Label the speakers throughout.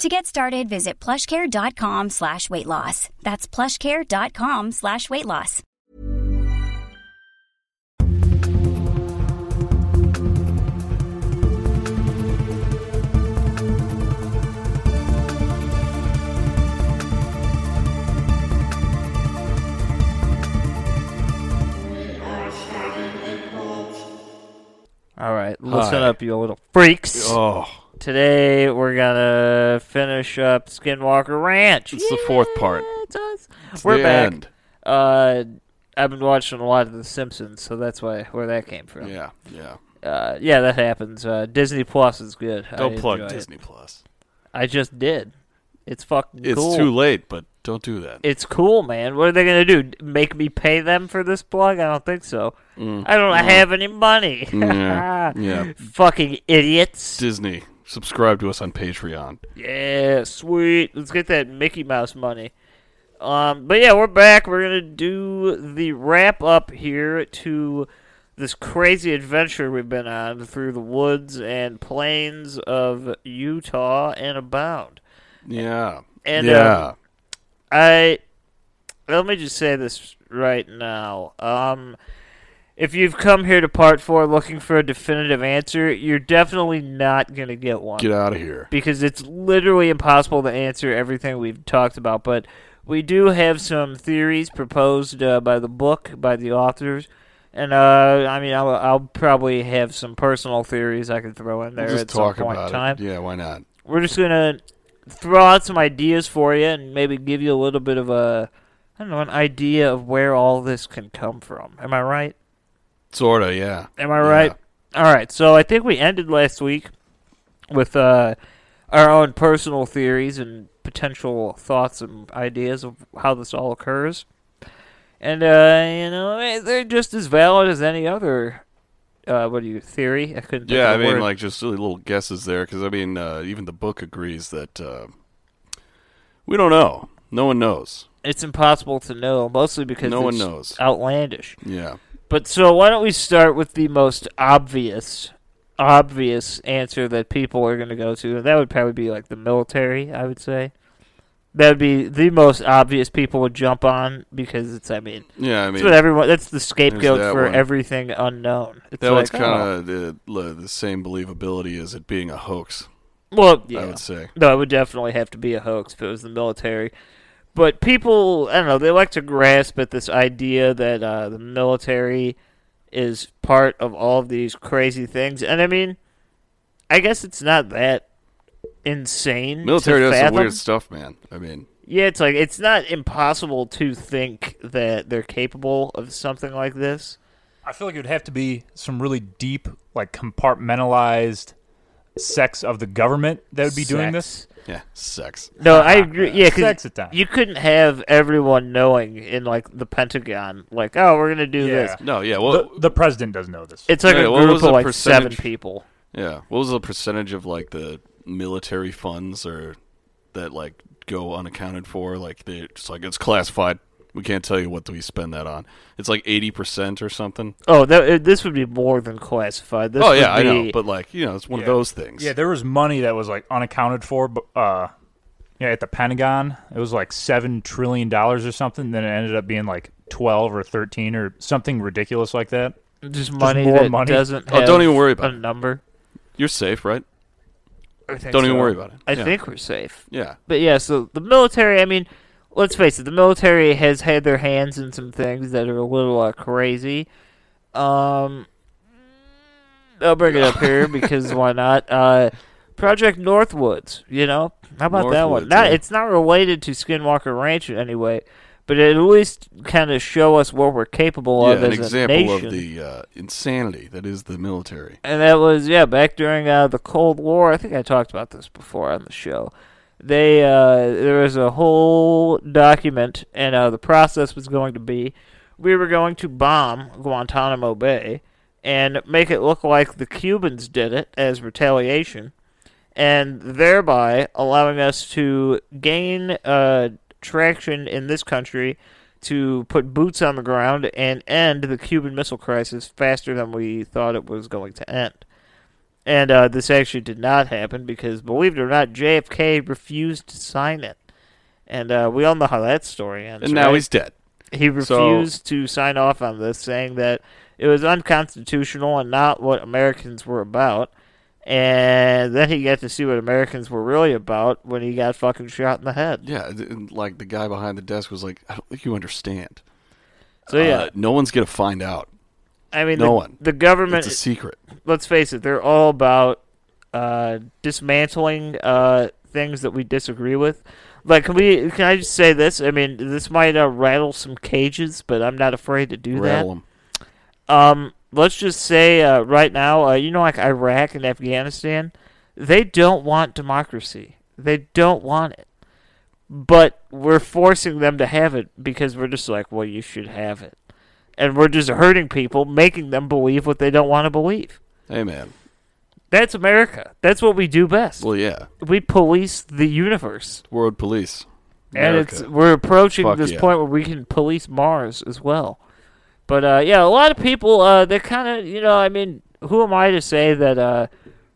Speaker 1: To get started, visit plushcare.com slash weight loss. That's plushcare.com slash weight loss.
Speaker 2: All right, listen
Speaker 3: right.
Speaker 2: up, you little freaks.
Speaker 3: Oh,
Speaker 2: Today we're gonna finish up Skinwalker Ranch.
Speaker 3: it's the fourth part.
Speaker 2: It's us.
Speaker 3: It's
Speaker 2: we're
Speaker 3: the
Speaker 2: back.
Speaker 3: end.
Speaker 2: Uh, I've been watching a lot of The Simpsons, so that's why where that came from.
Speaker 3: Yeah, yeah.
Speaker 2: uh, yeah, that happens. Uh, Disney Plus is good. I
Speaker 3: Don't
Speaker 2: enjoy
Speaker 3: plug
Speaker 2: it.
Speaker 3: Disney Plus.
Speaker 2: I just did. It's fucking
Speaker 3: It's
Speaker 2: cool.
Speaker 3: too late, but don't do that.
Speaker 2: It's cool, man. What are they gonna do? D- Make me pay them for this plug? I don't think so.
Speaker 3: Mm.
Speaker 2: I don't have any money.
Speaker 3: Yeah, yeah.
Speaker 2: Fucking idiots.
Speaker 3: Disney, subscribe to us on Patreon.
Speaker 2: Yeah, sweet. Let's get that Mickey Mouse money. Um, but yeah, we're back. We're gonna do the wrap up here to this crazy adventure we've been on through the woods and plains of Utah and abound.
Speaker 3: Yeah,
Speaker 2: And,
Speaker 3: yeah.
Speaker 2: um, I let me just say this right now. Um, if you've come here to part four looking for a definitive answer, you're definitely not gonna get one
Speaker 3: Get out of here.
Speaker 2: because it's literally impossible to answer everything we've talked about. But we do have some theories proposed uh, by the book, by the authors. And uh, I mean, I'll, I'll probably have some personal theories I can throw in there
Speaker 3: Just
Speaker 2: at
Speaker 3: talk
Speaker 2: some point
Speaker 3: about
Speaker 2: in time.
Speaker 3: it. Yeah, why not?
Speaker 2: We're just gonna throw out some ideas for you and maybe give you a little bit of a, I don't know, an idea of where all this can come from. Am I right?
Speaker 3: Sorta, yeah.
Speaker 2: Am I
Speaker 3: Yeah.
Speaker 2: right? All right. So I think we ended last week with uh, our own personal theories and potential thoughts and ideas of how this all occurs. And uh, you know eh, they're just as valid as any other. Uh, what do you theory? I couldn't. think
Speaker 3: Yeah, I
Speaker 2: of the
Speaker 3: mean,
Speaker 2: word.
Speaker 3: like just silly little guesses there, because I mean, uh, even the book agrees that uh, we don't know. No one knows.
Speaker 2: it's impossible to know, mostly because
Speaker 3: No one
Speaker 2: it's
Speaker 3: knows.
Speaker 2: Outlandish.
Speaker 3: Yeah,
Speaker 2: But so why don't we start with the most obvious obvious answer that people are going to go to and that would probably be like the military, I would say. That would be the most obvious people would jump on because it's I mean,
Speaker 3: yeah. I
Speaker 2: that's
Speaker 3: mean,
Speaker 2: what everyone that's the
Speaker 3: that
Speaker 2: scapegoat for
Speaker 3: one.
Speaker 2: everything unknown. It's
Speaker 3: that
Speaker 2: like,
Speaker 3: one's kind
Speaker 2: oh.
Speaker 3: of the, le- the same believability as it being a hoax.
Speaker 2: well, yeah.
Speaker 3: I would say.
Speaker 2: No, it would definitely have to be a hoax if it was the military. But people, I don't know, they like to grasp at this idea that uh, the military is part of all of these crazy things. And I mean, I guess it's not that insane.
Speaker 3: Military
Speaker 2: to
Speaker 3: does some
Speaker 2: fathom.
Speaker 3: weird stuff, man. I mean,
Speaker 2: Yeah, it's like it's not impossible to think that they're capable of something like this.
Speaker 4: I feel like it would have to be some really deep, like compartmentalized sex of the government that would be doing this.
Speaker 2: Sex.
Speaker 3: yeah, sex.
Speaker 2: No, I agree. Yeah,
Speaker 4: Sex
Speaker 2: because
Speaker 4: it down.
Speaker 2: you couldn't have everyone knowing in like the Pentagon, like, oh, we're gonna do this.
Speaker 4: Yeah.
Speaker 3: No, yeah. Well,
Speaker 4: The, the president does know this.
Speaker 2: It's like
Speaker 3: Yeah,
Speaker 2: a
Speaker 3: what
Speaker 2: group
Speaker 3: was
Speaker 2: of
Speaker 3: the
Speaker 2: like seven
Speaker 3: percentage?
Speaker 2: people.
Speaker 3: yeah. What was the percentage of like the military funds or that like go unaccounted for? Like they just like it's classified. We can't tell you what we spend that on. It's like eighty percent or something.
Speaker 2: Oh, that, uh, this would be more than classified. This
Speaker 3: oh yeah,
Speaker 2: would
Speaker 3: I
Speaker 2: be,
Speaker 3: know. But like you know, it's one of those things.
Speaker 4: Yeah, there was money that was like unaccounted for, but uh, yeah, at the Pentagon, it was like seven trillion dollars or something. Then it ended up being like twelve or thirteen or something ridiculous like that.
Speaker 2: just money
Speaker 4: more
Speaker 2: that
Speaker 4: money.
Speaker 2: doesn't.
Speaker 3: Oh, don't
Speaker 2: have
Speaker 3: even worry about
Speaker 2: a
Speaker 3: it.
Speaker 2: number.
Speaker 3: You're safe, right?
Speaker 2: I think
Speaker 3: Don't even
Speaker 2: so.
Speaker 3: worry about it.
Speaker 2: I
Speaker 3: Yeah.
Speaker 2: think we're safe.
Speaker 3: Yeah.
Speaker 2: But yeah, so the military. I mean, let's face it, the military has had their hands in some things that are a little uh, crazy. Um, I'll bring it up here because why not? Uh, Project Northwoods, you know, how about that one?
Speaker 3: Northwoods,
Speaker 2: Not,
Speaker 3: yeah.
Speaker 2: it's not related to Skinwalker Ranch in any way, but it at least kind of show us what we're capable
Speaker 3: yeah,
Speaker 2: of
Speaker 3: an
Speaker 2: as
Speaker 3: example
Speaker 2: a nation.
Speaker 3: of the uh, insanity that is the military.
Speaker 2: And that was yeah, back during uh, the Cold War. I think I talked about this before on the show. They uh, there was a whole document, and uh, the process was going to be we were going to bomb Guantanamo Bay and make it look like the Cubans did it as retaliation, and thereby allowing us to gain uh, traction in this country to put boots on the ground and end the Cuban Missile Crisis faster than we thought it was going to end. And uh, this actually did not happen because, believe it or not, JFK refused to sign it. And uh, we all know how that story ends.
Speaker 3: and now
Speaker 2: right?
Speaker 3: he's dead.
Speaker 2: He
Speaker 3: So-
Speaker 2: refused to sign off on this, saying that it was unconstitutional and not what Americans were about. And then he got to see what Americans were really about when he got fucking shot in the head.
Speaker 3: Yeah, th- and, like the guy behind the desk was like, "I don't think you understand.
Speaker 2: So yeah,
Speaker 3: uh, no one's gonna find out.
Speaker 2: I mean,
Speaker 3: no
Speaker 2: the,
Speaker 3: one.
Speaker 2: the government.
Speaker 3: It's a secret."
Speaker 2: let's face it, they're all about uh, dismantling uh, things that we disagree with. Like, can we? Can I just say this? I mean, this might uh, rattle some cages, but I'm not afraid to do that.
Speaker 3: Rattle him.
Speaker 2: Um, let's just say uh, right now, uh, you know, like Iraq and Afghanistan, they don't want democracy. They don't want it. But we're forcing them to have it because we're just like, well, you should have it. And we're just hurting people, making them believe what they don't want to believe.
Speaker 3: Hey man.
Speaker 2: That's America. That's what we do best.
Speaker 3: Well, yeah.
Speaker 2: we police the universe.
Speaker 3: World police.
Speaker 2: And
Speaker 3: America.
Speaker 2: it's we're approaching
Speaker 3: Fuck
Speaker 2: this
Speaker 3: yeah.
Speaker 2: point where we can police Mars as well. But uh, yeah, a lot of people uh, they kind of you know I mean who am I to say that uh,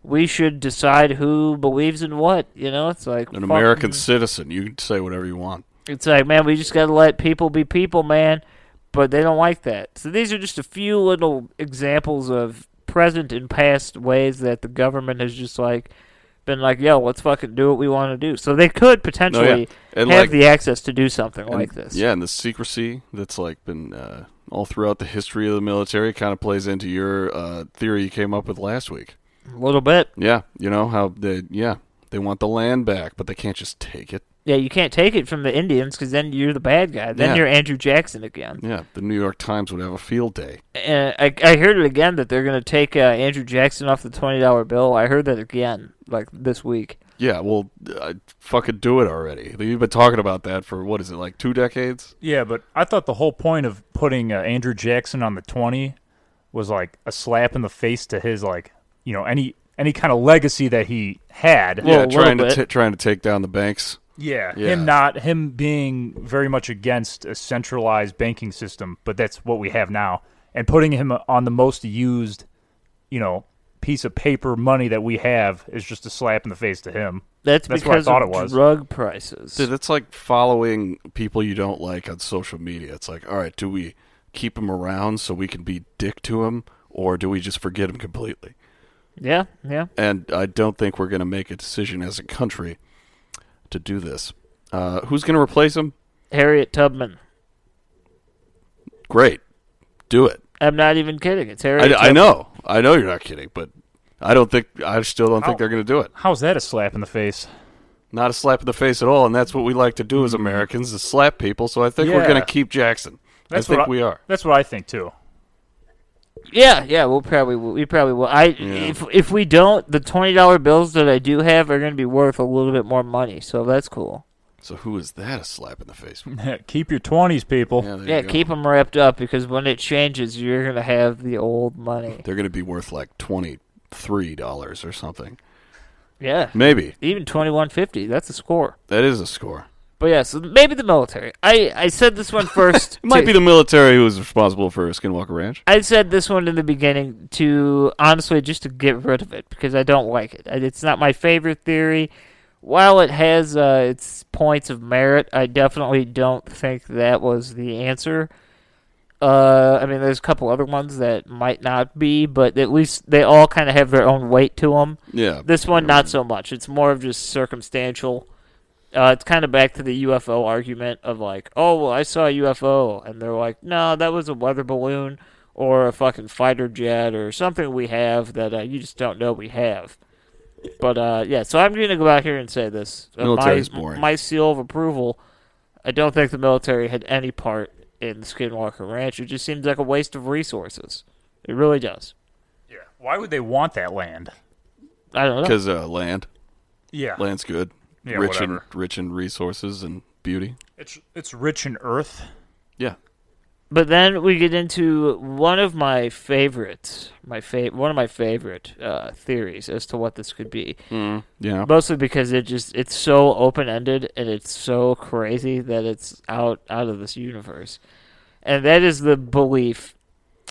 Speaker 2: we should decide who believes in what? You know, it's like
Speaker 3: an
Speaker 2: fuck-
Speaker 3: American citizen. You can say whatever you want.
Speaker 2: It's like man, we just gotta let people be people, man. But they don't like that. So these are just a few little examples of present and past ways that the government has just like been like, yo, let's fucking do what we want to do. So they could potentially
Speaker 3: Oh, And,
Speaker 2: have
Speaker 3: like-
Speaker 2: the access to do something
Speaker 3: And-
Speaker 2: like this.
Speaker 3: Yeah, and the secrecy that's like been uh, all throughout the history of the military kind of plays into your uh, theory you came up with last week.
Speaker 2: A little bit.
Speaker 3: Yeah, you know how they yeah they want the land back, but they can't just take it.
Speaker 2: Yeah, you can't take it from the Indians because then you're the bad guy. Then
Speaker 3: Yeah.
Speaker 2: you're Andrew Jackson again.
Speaker 3: Yeah, the New York Times would have a field day.
Speaker 2: And I, I heard it again that they're going to take uh, Andrew Jackson off the $20 bill. I heard that again, like this week.
Speaker 3: Yeah, well, uh, fucking do it already. You've been talking about that for what is it like two decades?
Speaker 4: Yeah, but I thought the whole point of putting uh, Andrew Jackson on the 20 was like a slap in the face to his like, you know, any any kind of legacy that he had.
Speaker 2: Well, a
Speaker 3: yeah, trying
Speaker 2: little
Speaker 3: to
Speaker 2: bit.
Speaker 3: t- trying to take down the banks.
Speaker 4: Yeah,
Speaker 3: Yeah.
Speaker 4: him not him being very much against a centralized banking system, but that's what we have now. And putting him on the most used, you know, piece of paper money that we have is just a slap in the face to him.
Speaker 2: That's,
Speaker 4: That's what I
Speaker 2: because
Speaker 4: thought
Speaker 2: of
Speaker 4: it was.
Speaker 2: drug prices.
Speaker 3: Dude, that's like following people you don't like on social media. It's like, all right, do we keep him around so we can be dick to him, or do we just forget him completely?
Speaker 2: Yeah, yeah.
Speaker 3: And I don't think we're going to make a decision as a country to do this. Uh, who's going to replace him?
Speaker 2: Harriet Tubman.
Speaker 3: Great, do it.
Speaker 2: I'm not even kidding. It's Harriet
Speaker 3: I, I
Speaker 2: Tubman.
Speaker 3: know, I know you're not kidding, but I don't think I still don't think they're going to do it.
Speaker 4: How's that a slap in the face?
Speaker 3: Not a slap in the face at all, and that's what we like to do as Americans is slap people. So I think we're
Speaker 4: Yeah.
Speaker 3: going to keep Jackson.
Speaker 4: That's
Speaker 3: I think
Speaker 4: what
Speaker 3: we are.
Speaker 4: That's what I think too.
Speaker 2: Yeah, yeah, we'll probably we probably will. I if if we don't, the twenty dollar bills that I do have are going to be worth a little bit more money, so that's cool.
Speaker 3: So who is that a slap in the face? for?
Speaker 4: Keep your 20s, people.
Speaker 3: there
Speaker 2: yeah,
Speaker 3: you go.
Speaker 2: keep them wrapped up because when it changes, you're going to have the old money.
Speaker 3: They're going to be worth like twenty three dollars or something.
Speaker 2: Yeah,
Speaker 3: Maybe
Speaker 2: even twenty one fifty. That's a score.
Speaker 3: that is a score.
Speaker 2: But yeah, so maybe the military. I I said this one first.
Speaker 3: It might
Speaker 2: to-
Speaker 3: be the military who is responsible for Skinwalker Ranch.
Speaker 2: I said this one in the beginning to honestly just to get rid of it because I don't like it. I- It's not my favorite theory. While it has uh, its points of merit, I definitely don't think that was the answer. Uh, I mean, there's a couple other ones that might not be, but at least they all kind of have their own weight to them.
Speaker 3: Yeah,
Speaker 2: This one, not so much. It's more of just circumstantial. Uh, it's kind of back to the UFO argument of like, oh, well, I saw a UFO, and they're like, no, that was a weather balloon or a fucking fighter jet or something we have that uh, you just don't know we have. But uh, yeah, so I'm going to go out here and say this. Uh,
Speaker 3: Military's
Speaker 2: my,
Speaker 3: boring.
Speaker 2: my seal of approval. I don't think the military had any part in Skinwalker Ranch. It just seems like a waste of resources. It really does.
Speaker 4: Yeah. Why would they want that land?
Speaker 2: I don't know.
Speaker 3: because uh, land,
Speaker 4: Yeah.
Speaker 3: land's good,
Speaker 4: Yeah,
Speaker 3: rich
Speaker 4: whatever.
Speaker 3: in rich in resources and beauty.
Speaker 4: It's it's rich in earth.
Speaker 3: Yeah,
Speaker 2: But then we get into one of my favorites, my fa- one of my favorite uh, theories as to what this could be.
Speaker 3: yeah.
Speaker 2: Mostly because it just it's so open ended and it's so crazy that it's out out of this universe. And that is the belief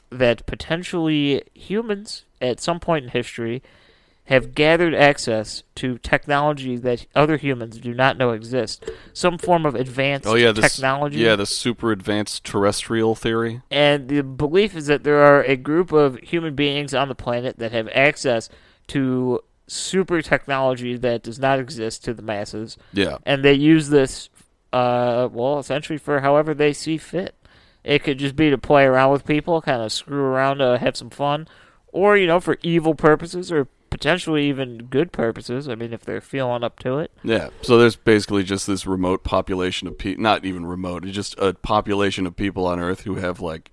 Speaker 2: that potentially humans at some point in history have gathered access to technology that other humans do not know exists. Some form of advanced
Speaker 3: oh yeah, this
Speaker 2: technology.
Speaker 3: Yeah, the super advanced terrestrial theory.
Speaker 2: And the belief is that there are a group of human beings on the planet that have access to super technology that does not exist to the masses.
Speaker 3: Yeah,
Speaker 2: And they use this, uh, well, essentially for however they see fit. It could just be to play around with people, kind of screw around, uh, have some fun, or, you know, for evil purposes or potentially even good purposes. I mean, if they're feeling up to it.
Speaker 3: yeah. So there's basically just this remote population of people, not even remote, it's just a population of people on Earth who have like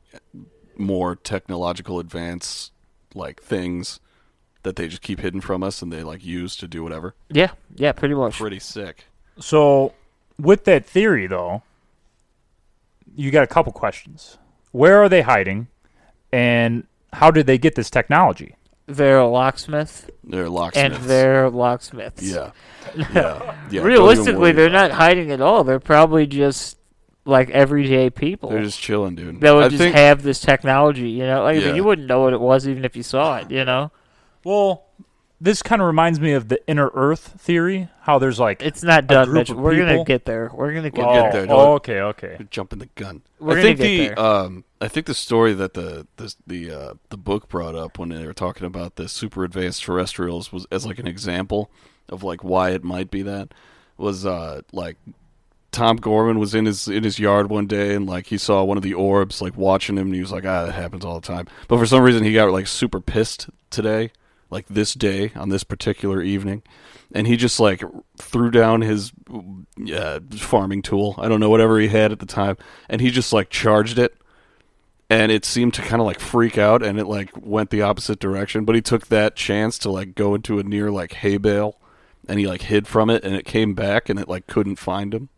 Speaker 3: more technological advance like things that they just keep hidden from us and they like use to do whatever.
Speaker 2: Yeah, yeah, pretty much.
Speaker 3: Pretty sick.
Speaker 4: So, with that theory, though, you got a couple questions. Where are they hiding, and how did they get this technology?
Speaker 2: They're a locksmith,
Speaker 3: They're
Speaker 2: and
Speaker 3: locksmiths.
Speaker 2: they're locksmiths.
Speaker 3: yeah, yeah, yeah.
Speaker 2: Realistically, they're
Speaker 3: not.
Speaker 2: not hiding at all. They're probably just like everyday people
Speaker 3: They're just chilling, dude.
Speaker 2: that would
Speaker 3: I
Speaker 2: just
Speaker 3: think,
Speaker 2: have this technology. You know, like, I mean,
Speaker 3: Yeah.
Speaker 2: you wouldn't know what it was even if you saw it. You know,
Speaker 4: Well, this kind of reminds me of the inner Earth theory. How there's like
Speaker 2: it's not done.
Speaker 4: group
Speaker 2: Mitch.
Speaker 4: of
Speaker 2: We're gonna
Speaker 4: people?
Speaker 2: get there. We're gonna get
Speaker 3: We'll
Speaker 2: there.
Speaker 3: get
Speaker 4: oh,
Speaker 3: there,
Speaker 4: oh,
Speaker 3: don't-
Speaker 4: okay, okay.
Speaker 3: They're jumping the gun.
Speaker 2: We're gonna
Speaker 3: I think
Speaker 2: get
Speaker 3: the
Speaker 2: there.
Speaker 3: um, I think the story that the the the uh, the book brought up when they were talking about the super advanced terrestrials was as like an example of like why it might be that was uh like Tom Gorman was in his in his yard one day and like he saw one of the orbs like watching him and he was like ah that happens all the time but for some reason he got like super pissed today like this day on this particular evening and he just like threw down his uh, farming tool I don't know whatever he had at the time and he just like charged it and it seemed to kind of like freak out and it like went the opposite direction but he took that chance to like go into a near like hay bale and he like hid from it and it came back and it like couldn't find him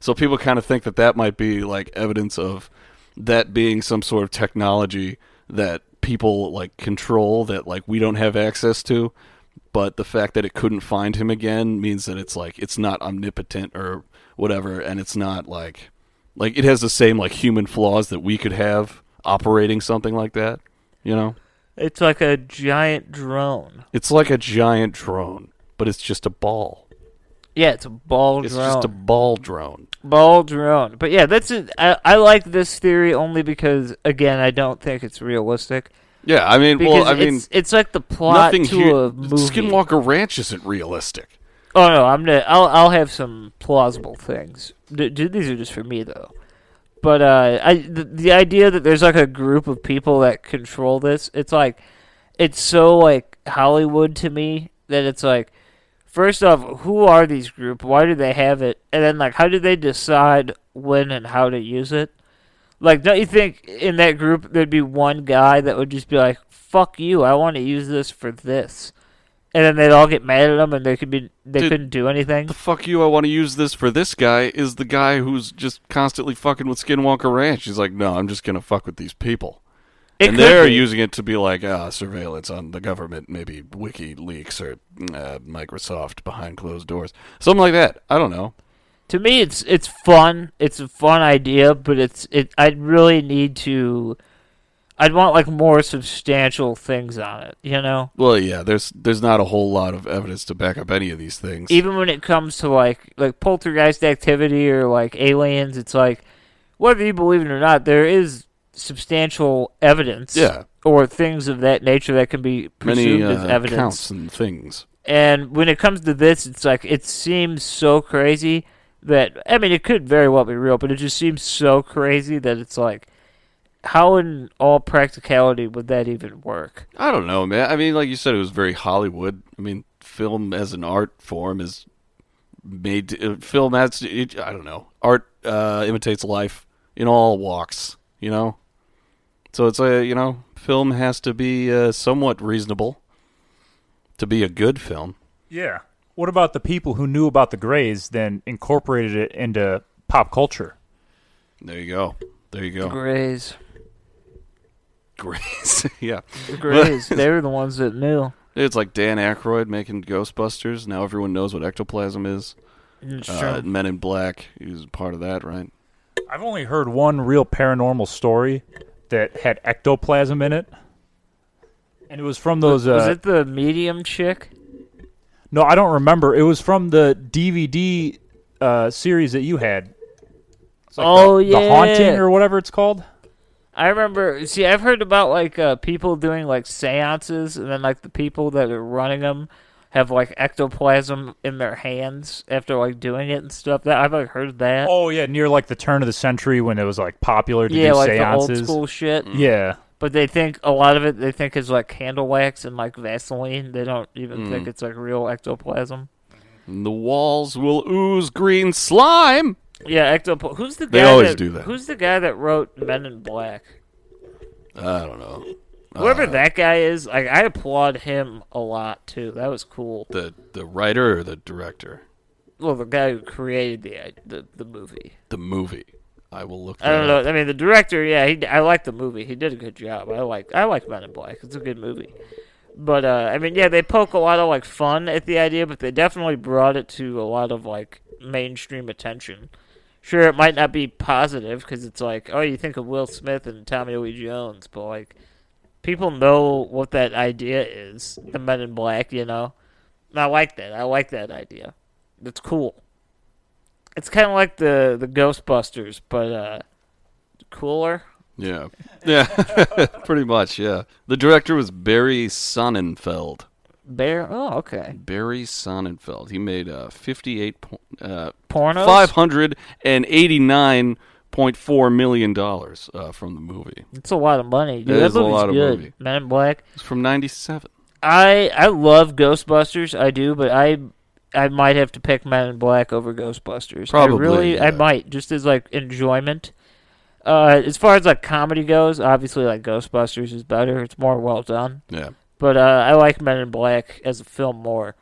Speaker 3: so people kind of think that that might be like evidence of that being some sort of technology that people like control that like we don't have access to. But the fact that it couldn't find him again means that it's like it's not omnipotent or whatever, and it's not like like it has the same like human flaws that we could have operating something like that. You know,
Speaker 2: It's like a giant drone.
Speaker 3: it's like a giant drone, but it's just a ball.
Speaker 2: Yeah, it's a ball
Speaker 3: It's
Speaker 2: drone.
Speaker 3: just a ball drone.
Speaker 2: Ball drone. But yeah, that's it. I, I like this theory only because again, I don't think it's realistic.
Speaker 3: Yeah, I mean,
Speaker 2: Because
Speaker 3: well, I mean,
Speaker 2: it's, it's like the plot to
Speaker 3: here-
Speaker 2: a movie.
Speaker 3: Skinwalker Ranch isn't realistic.
Speaker 2: Oh no, I'm gonna. I'll I'll have some plausible things. D- d- these are just for me though. But uh, I the, the idea that there's like a group of people that control this, it's like, it's so like Hollywood to me that it's like, first off, who are these group? Why do they have it? And then like, how do they decide when and how to use it? Like, don't you think in that group there'd be one guy that would just be like, "Fuck you! I want to use this for this," and then they'd all get mad at him, and they could be they
Speaker 3: Dude,
Speaker 2: couldn't do anything.
Speaker 3: The fuck you! I want to use this for this guy. Is the guy who's just constantly fucking with Skinwalker Ranch? He's like, no, I'm just gonna fuck with these people,
Speaker 2: It
Speaker 3: and
Speaker 2: could
Speaker 3: they're
Speaker 2: be.
Speaker 3: using it to be like, ah, surveillance on the government, maybe WikiLeaks or uh, Microsoft behind closed doors, something like that. I don't know.
Speaker 2: to me it's it's fun it's a fun idea but it's it i'd really need to i'd want like more substantial things on it you know
Speaker 3: Well, yeah, there's there's not a whole lot of evidence to back up any of these things.
Speaker 2: even when it comes to like like poltergeist activity or like aliens it's like whether you believe it or not there is substantial evidence
Speaker 3: Yeah.
Speaker 2: or things of that nature that can be
Speaker 3: Many
Speaker 2: presumed as
Speaker 3: uh,
Speaker 2: evidence
Speaker 3: counts and things.
Speaker 2: And when it comes to this, it's like it seems so crazy that I mean, it could very well be real, but it just seems so crazy that it's like, how in all practicality would that even work?
Speaker 3: I don't know, man. I mean, like you said, it was very Hollywood. I mean, film as an art form is made. uh, Film as it, I don't know, art uh, imitates life in all walks. You know, so it's a you know, film has to be uh, somewhat reasonable to be a good film.
Speaker 4: Yeah. What about the people who knew about the Greys then incorporated it into pop culture?
Speaker 3: There you go. There you go.
Speaker 2: Grays,
Speaker 3: Grace. yeah.
Speaker 2: the Grays, they were the ones that knew.
Speaker 3: It's like Dan Aykroyd making Ghostbusters. Now everyone knows what ectoplasm is.
Speaker 2: It's
Speaker 3: Uh,
Speaker 2: true.
Speaker 3: Men in Black. He was part of that, right?
Speaker 4: I've only heard one real paranormal story that had ectoplasm in it. And it was from those. Uh,
Speaker 2: Was it the medium chick?
Speaker 4: No, I don't remember. It was from the DVD uh, series that you had. It's like
Speaker 2: Oh,
Speaker 4: the,
Speaker 2: yeah.
Speaker 4: The Haunting or whatever it's called.
Speaker 2: I remember. See, I've heard about like uh, people doing like seances, and then like the people that are running them have like ectoplasm in their hands after like doing it and stuff. That I've like heard that.
Speaker 4: Oh, yeah, near like the turn of the century when it was like popular to
Speaker 2: yeah,
Speaker 4: do
Speaker 2: like the
Speaker 4: seances.
Speaker 2: old school shit.
Speaker 4: Yeah.
Speaker 2: But they think a lot of it. They think is like candle wax and like Vaseline. They don't even think it's like real ectoplasm.
Speaker 3: And the walls will ooze green slime.
Speaker 2: Yeah, ectoplasm. Who's the guy?
Speaker 3: They always
Speaker 2: that,
Speaker 3: do that.
Speaker 2: Who's the guy that wrote Men in Black?
Speaker 3: I don't know.
Speaker 2: Whoever that guy is, like I applaud him a lot too. That was cool.
Speaker 3: The the writer or the director?
Speaker 2: well, the guy who created the the, the movie.
Speaker 3: The movie. I will look that
Speaker 2: I don't
Speaker 3: up.
Speaker 2: know. I mean, the director. Yeah, he. I like the movie. He did a good job. I like. I like Men in Black. It's a good movie. But uh, I mean, yeah, they poke a lot of like fun at the idea, but they definitely brought it to a lot of like mainstream attention. Sure, it might not be positive because it's like, oh, you think of Will Smith and Tommy Lee Jones, but like, people know what that idea is. The Men in Black, you know. And I like that. I like that idea. It's cool. It's kind of like the the Ghostbusters, but uh, cooler.
Speaker 3: Yeah. Yeah. Pretty much, yeah. The director was Barry Sonnenfeld.
Speaker 2: Bear. Oh, okay.
Speaker 3: Barry Sonnenfeld. He made uh, 58 po- uh,
Speaker 2: Pornos?
Speaker 3: 589.4 million dollars uh, from the movie.
Speaker 2: It's a lot of money. Dude,
Speaker 3: It
Speaker 2: that
Speaker 3: is a
Speaker 2: movie's
Speaker 3: lot of
Speaker 2: good.
Speaker 3: movie.
Speaker 2: Men in Black.
Speaker 3: It's from 97.
Speaker 2: I I love Ghostbusters. I do, but I I might have to pick Men in Black over Ghostbusters. I
Speaker 3: Probably,
Speaker 2: really I
Speaker 3: yeah.
Speaker 2: might just as like enjoyment. Uh, as far as like comedy goes, obviously like Ghostbusters is better. It's more well done.
Speaker 3: Yeah.
Speaker 2: but uh, I like Men in Black as a film more.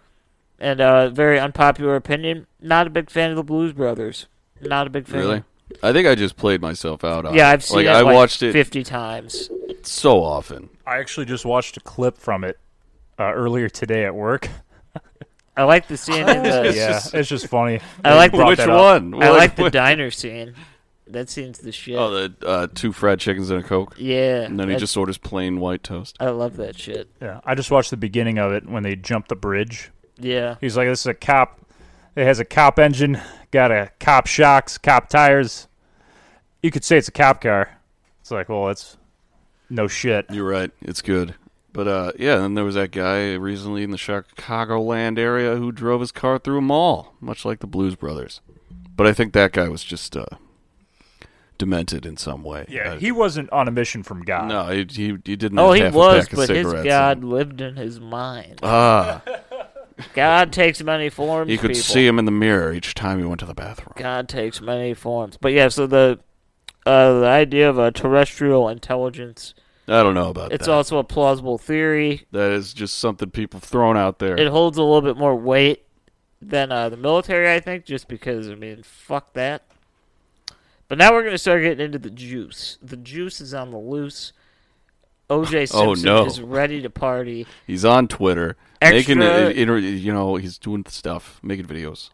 Speaker 2: And uh, very unpopular opinion. Not a big fan of the Blues Brothers. Not a big fan.
Speaker 3: Really? I think I just played myself out on
Speaker 2: Yeah,
Speaker 3: it.
Speaker 2: I've seen
Speaker 3: Oh, like,
Speaker 2: it
Speaker 3: I
Speaker 2: like,
Speaker 3: watched it
Speaker 2: fifty times.
Speaker 3: so often.
Speaker 4: I actually just watched a clip from it uh, earlier today at work.
Speaker 2: I like the scene in the.
Speaker 4: yeah, it's just funny.
Speaker 2: I like the,
Speaker 4: Brought
Speaker 3: Which
Speaker 4: that up.
Speaker 3: one?
Speaker 2: I like the
Speaker 3: which-
Speaker 2: diner scene. That scene's the shit.
Speaker 3: Oh, the uh, two fried chickens and a Coke.
Speaker 2: yeah.
Speaker 3: And then he
Speaker 2: that's-
Speaker 3: just orders plain white toast.
Speaker 2: I love that shit.
Speaker 4: Yeah, I just watched the beginning of it when they jumped the bridge.
Speaker 2: Yeah.
Speaker 4: He's like, "This is a cop. It has a cop engine, got a cop shocks, cop tires. You could say it's a cop car." It's like, well, that's no shit.
Speaker 3: You're right. It's good. But uh, yeah, then there was that guy recently in the Chicagoland area who drove his car through a mall, much like the Blues Brothers. But I think that guy was just uh, demented in some way.
Speaker 4: Yeah,
Speaker 3: Uh,
Speaker 4: he wasn't on a mission from God.
Speaker 3: no, he he, he did not.
Speaker 2: Oh, he
Speaker 3: half a
Speaker 2: was,
Speaker 3: pack of
Speaker 2: but his
Speaker 3: cigarettes
Speaker 2: God
Speaker 3: and-
Speaker 2: lived in his mind.
Speaker 3: ah,
Speaker 2: God takes many forms.
Speaker 3: he could
Speaker 2: people.
Speaker 3: see him in the mirror each time he went to the bathroom.
Speaker 2: God takes many forms. But yeah, so the uh, the idea of a terrestrial intelligence
Speaker 3: I don't know about
Speaker 2: it's
Speaker 3: that.
Speaker 2: also a plausible theory.
Speaker 3: that is just something people have thrown out there.
Speaker 2: It holds a little bit more weight than uh, the military, I think, just because I mean, fuck that. But now we're gonna start getting into the juice. The juice is on the loose. OJ Simpson
Speaker 3: Oh, no.
Speaker 2: is ready to party.
Speaker 3: He's on Twitter, making
Speaker 2: Extra-
Speaker 3: it, it- you know he's doing stuff, making videos.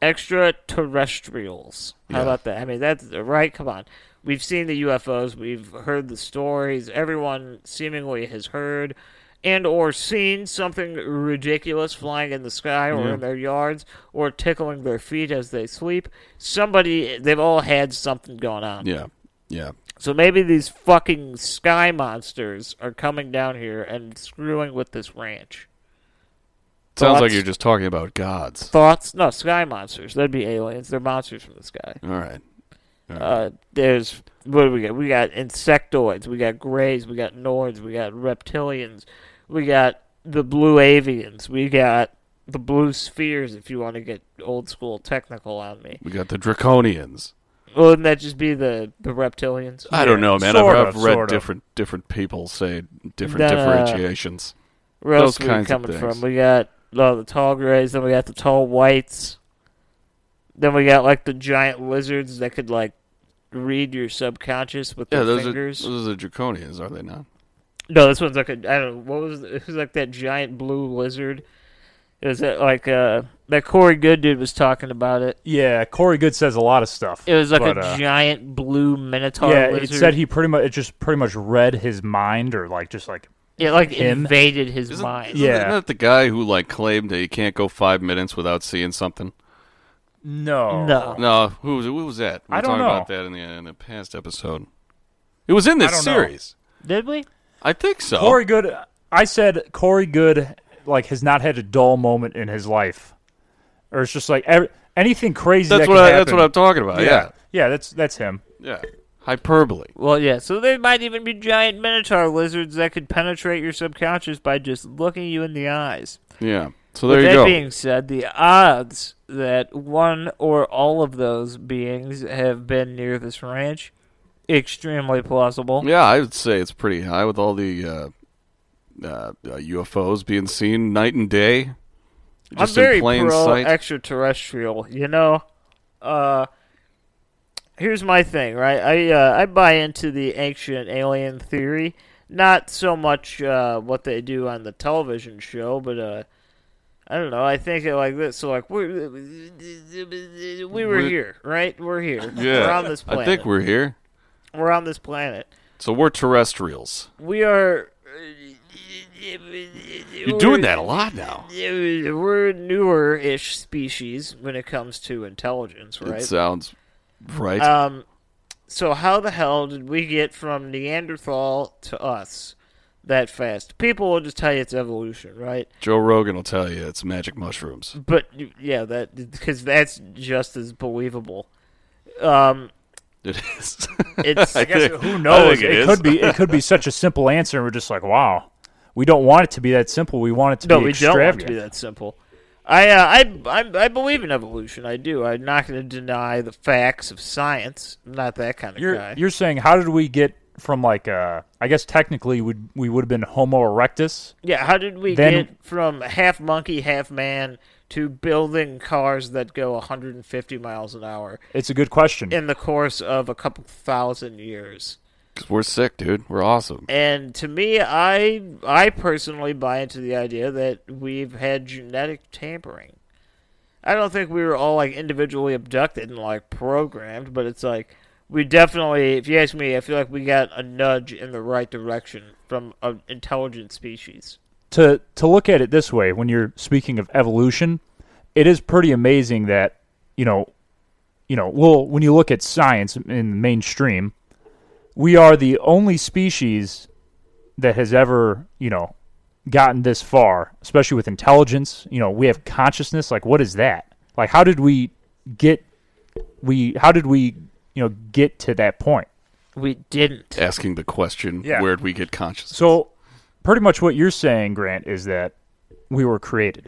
Speaker 2: extraterrestrials. How
Speaker 3: Yeah.
Speaker 2: about that? I mean, that's right. Come on. We've seen the UFOs. We've heard the stories. Everyone seemingly has heard and or seen something ridiculous flying in the sky or in their yards or tickling their feet as they sleep. Somebody they've all had something going on.
Speaker 3: Yeah, yeah.
Speaker 2: So maybe these fucking sky monsters are coming down here and screwing with this ranch.
Speaker 3: Sounds like
Speaker 2: Thoughts?
Speaker 3: you're just talking about gods.
Speaker 2: Thoughts? No, sky monsters. That'd be aliens. They're monsters from the sky.
Speaker 3: All right.
Speaker 2: Uh, there's what do we got? We got insectoids. We got greys. We got nords. We got reptilians. We got the blue avians. We got the blue spheres. If you want to get old school technical on me,
Speaker 3: We got the draconians.
Speaker 2: well, wouldn't that just be the the reptilians?
Speaker 3: I don't know, man.
Speaker 4: sort
Speaker 3: I've,
Speaker 4: of,
Speaker 3: I've read
Speaker 4: sort of.
Speaker 3: different different people say different
Speaker 2: Then, uh,
Speaker 3: differentiations.
Speaker 2: Where else
Speaker 3: Those
Speaker 2: we
Speaker 3: kinds of
Speaker 2: coming
Speaker 3: things.
Speaker 2: from? We got oh, the tall grays, then we got the tall whites. Then we got like the giant lizards that could like read your subconscious with
Speaker 3: Yeah,
Speaker 2: their
Speaker 3: those
Speaker 2: fingers.
Speaker 3: are those are draconians, are they not?
Speaker 2: No, this one's like a I don't know what was it was like that giant blue lizard. It was that like uh that Corey Good dude was talking about it.
Speaker 4: Yeah, Corey Good says a lot of stuff.
Speaker 2: It was like
Speaker 4: but,
Speaker 2: a
Speaker 4: uh,
Speaker 2: giant blue minotaur
Speaker 4: yeah.
Speaker 2: lizard.
Speaker 4: It said he pretty much it just pretty much read his mind or like just like
Speaker 2: it like
Speaker 4: him.
Speaker 2: invaded his
Speaker 3: Isn't,
Speaker 2: mind.
Speaker 4: Yeah.
Speaker 3: isn't that the guy who like claimed that he can't go five minutes without seeing something?
Speaker 4: no
Speaker 2: No.
Speaker 3: No, who was who was that? We
Speaker 4: I
Speaker 3: were
Speaker 4: don't
Speaker 3: talking about
Speaker 4: know.
Speaker 3: that in the in the past episode. It was in this
Speaker 4: I don't know.
Speaker 3: series.
Speaker 2: Did we?
Speaker 3: I think so.
Speaker 4: Corey Good. I said Corey Good like has not had a dull moment in his life, or it's just like every, anything crazy.
Speaker 3: that's
Speaker 4: that
Speaker 3: what
Speaker 4: could
Speaker 3: I, that's
Speaker 4: happen-
Speaker 3: what I'm talking about. Yeah.
Speaker 4: yeah. That's that's him.
Speaker 3: yeah, Hyperbole.
Speaker 2: Well, yeah. So they might even be giant minotaur lizards that could penetrate your subconscious by just looking you in the eyes.
Speaker 3: Yeah. So there
Speaker 2: With
Speaker 3: you
Speaker 2: that
Speaker 3: go.
Speaker 2: being said, the odds that one or all of those beings have been near this ranch extremely plausible.
Speaker 3: yeah, I would say it's pretty high with all the uh, uh, uh, UFOs being seen night and day,
Speaker 2: I'm
Speaker 3: just
Speaker 2: very
Speaker 3: in plain
Speaker 2: pro
Speaker 3: sight.
Speaker 2: extraterrestrial. You know, uh, here's my thing, right? I uh, I buy into the ancient alien theory, not so much uh, what they do on the television show, but uh, I don't know. I think it like this. So like we we were
Speaker 3: We're-
Speaker 2: here, right? We're here.
Speaker 3: yeah,
Speaker 2: we're on this planet.
Speaker 3: I think we're here.
Speaker 2: we're on this planet.
Speaker 3: So we're terrestrials.
Speaker 2: We are.
Speaker 3: You're doing that a lot now.
Speaker 2: We're newer ish species when it comes to intelligence, right?
Speaker 3: It sounds right.
Speaker 2: um, so how the hell did we get from Neanderthal to us that fast? People will just tell you it's evolution, right?
Speaker 3: Joe Rogan will tell you it's magic mushrooms.
Speaker 2: But you- yeah, that because that's just as believable. Um,
Speaker 3: It is.
Speaker 2: it's
Speaker 3: I
Speaker 4: guess
Speaker 3: think-
Speaker 4: who knows?
Speaker 3: I think is.
Speaker 4: could be. It could be such a simple answer, and we're just like, wow. We don't want it to be that simple. We want it to
Speaker 2: no,
Speaker 4: be
Speaker 2: we don't
Speaker 4: extravagant.
Speaker 2: want it to be that simple. I, uh, I, I, I believe in evolution. I do. I'm not going to deny the facts of science. I'm not that kind of
Speaker 4: You're
Speaker 2: guy.
Speaker 4: you're saying how did we get from like uh I guess technically would we would have been Homo erectus?
Speaker 2: Yeah, how did we
Speaker 4: Then-
Speaker 2: get from half monkey, half man to building cars that go 150 miles an hour
Speaker 4: It's a good question.
Speaker 2: in the course of a couple thousand years?
Speaker 3: 'Cause we're sick, dude. We're awesome.
Speaker 2: And to me, I I personally buy into the idea that we've had genetic tampering. I don't think we were all like individually abducted and like programmed, but it's like we definitely, if you ask me, I feel like we got a nudge in the right direction from an intelligent species.
Speaker 4: to to look at it this way when you're speaking of evolution it is pretty amazing that you know you know well when you look at science in the mainstream we are the only species that has ever you know gotten this far especially with intelligence you know we have consciousness like what is that like how did we get we how did we you know get to that point
Speaker 2: We didn't.
Speaker 3: Asking the question,
Speaker 4: Yeah.
Speaker 3: where'd we get conscious?
Speaker 4: so pretty much what you're saying grant is that we were created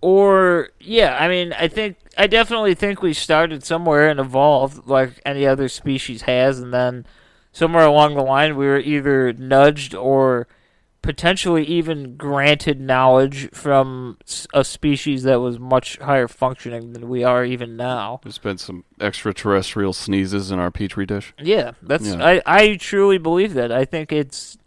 Speaker 2: or yeah i mean i think i definitely think we started somewhere and evolved like any other species has and then somewhere along the line we were either nudged or potentially even granted knowledge from s- a species that was much higher functioning than we are even now
Speaker 3: There's been some extraterrestrial sneezes in our petri dish.
Speaker 2: yeah that's
Speaker 3: Yeah.
Speaker 2: I, I truly believe that i think it's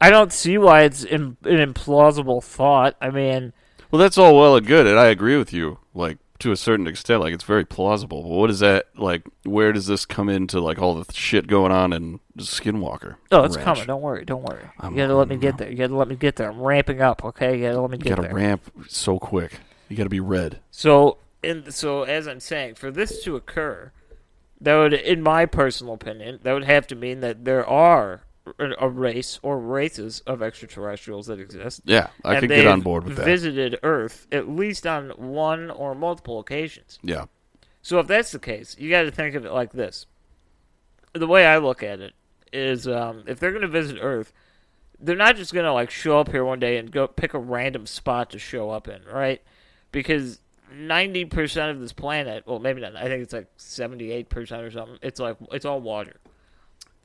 Speaker 2: i don't see why it's Im- an implausible thought i mean
Speaker 3: Well, that's all well and good, and I agree with you. Like to a certain extent, like it's very plausible. But what is that like? Where does this come into like all the th- shit going on in Skinwalker?
Speaker 2: Oh, it's
Speaker 3: Ranch?
Speaker 2: coming. Don't worry. Don't worry.
Speaker 3: I'm-
Speaker 2: you gotta let me get there. You gotta let me get there. I'm ramping up. Okay. You gotta let me
Speaker 3: You
Speaker 2: get
Speaker 3: got
Speaker 2: there.
Speaker 3: to ramp so quick. You got to be red.
Speaker 2: so, and so as I'm saying, for this to occur, that would, in my personal opinion, that would have to mean that there are a race or races of extraterrestrials that exist.
Speaker 3: Yeah, I
Speaker 2: and
Speaker 3: could get on
Speaker 2: they've
Speaker 3: board with that.
Speaker 2: Visited Earth at least on one or multiple occasions.
Speaker 3: yeah.
Speaker 2: So if that's the case, you got to think of it like this. The way I look at it is, um, if they're going to visit Earth, they're not just going to like show up here one day and go pick a random spot to show up in, right? Because ninety percent of this planet, well, maybe not. I think it's like seventy-eight percent or something. It's like it's all water.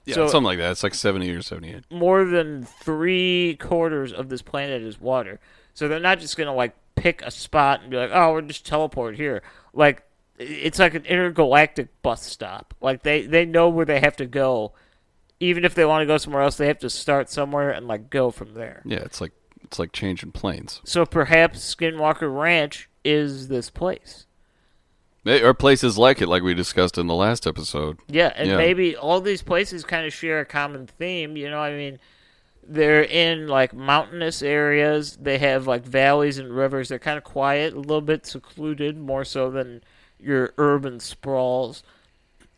Speaker 3: Yeah,
Speaker 2: So-
Speaker 3: something like that. It's like 70 or 78.
Speaker 2: more than three quarters of this planet is water. So they're not just gonna like pick a spot and be like, "Oh, we're just teleport here." Like it's like an intergalactic bus stop. Like they they know where they have to go. Even if they want to go somewhere else, they have to start somewhere and like go from there.
Speaker 3: Yeah, it's like it's like changing planes.
Speaker 2: So perhaps Skinwalker Ranch is this place.
Speaker 3: They, or places like it, like we discussed in the last episode.
Speaker 2: Yeah, and
Speaker 3: Yeah.
Speaker 2: maybe all these places kind of share a common theme. You know, I mean, they're in like mountainous areas. They have like valleys and rivers. They're kind of quiet, a little bit secluded, more so than your urban sprawls.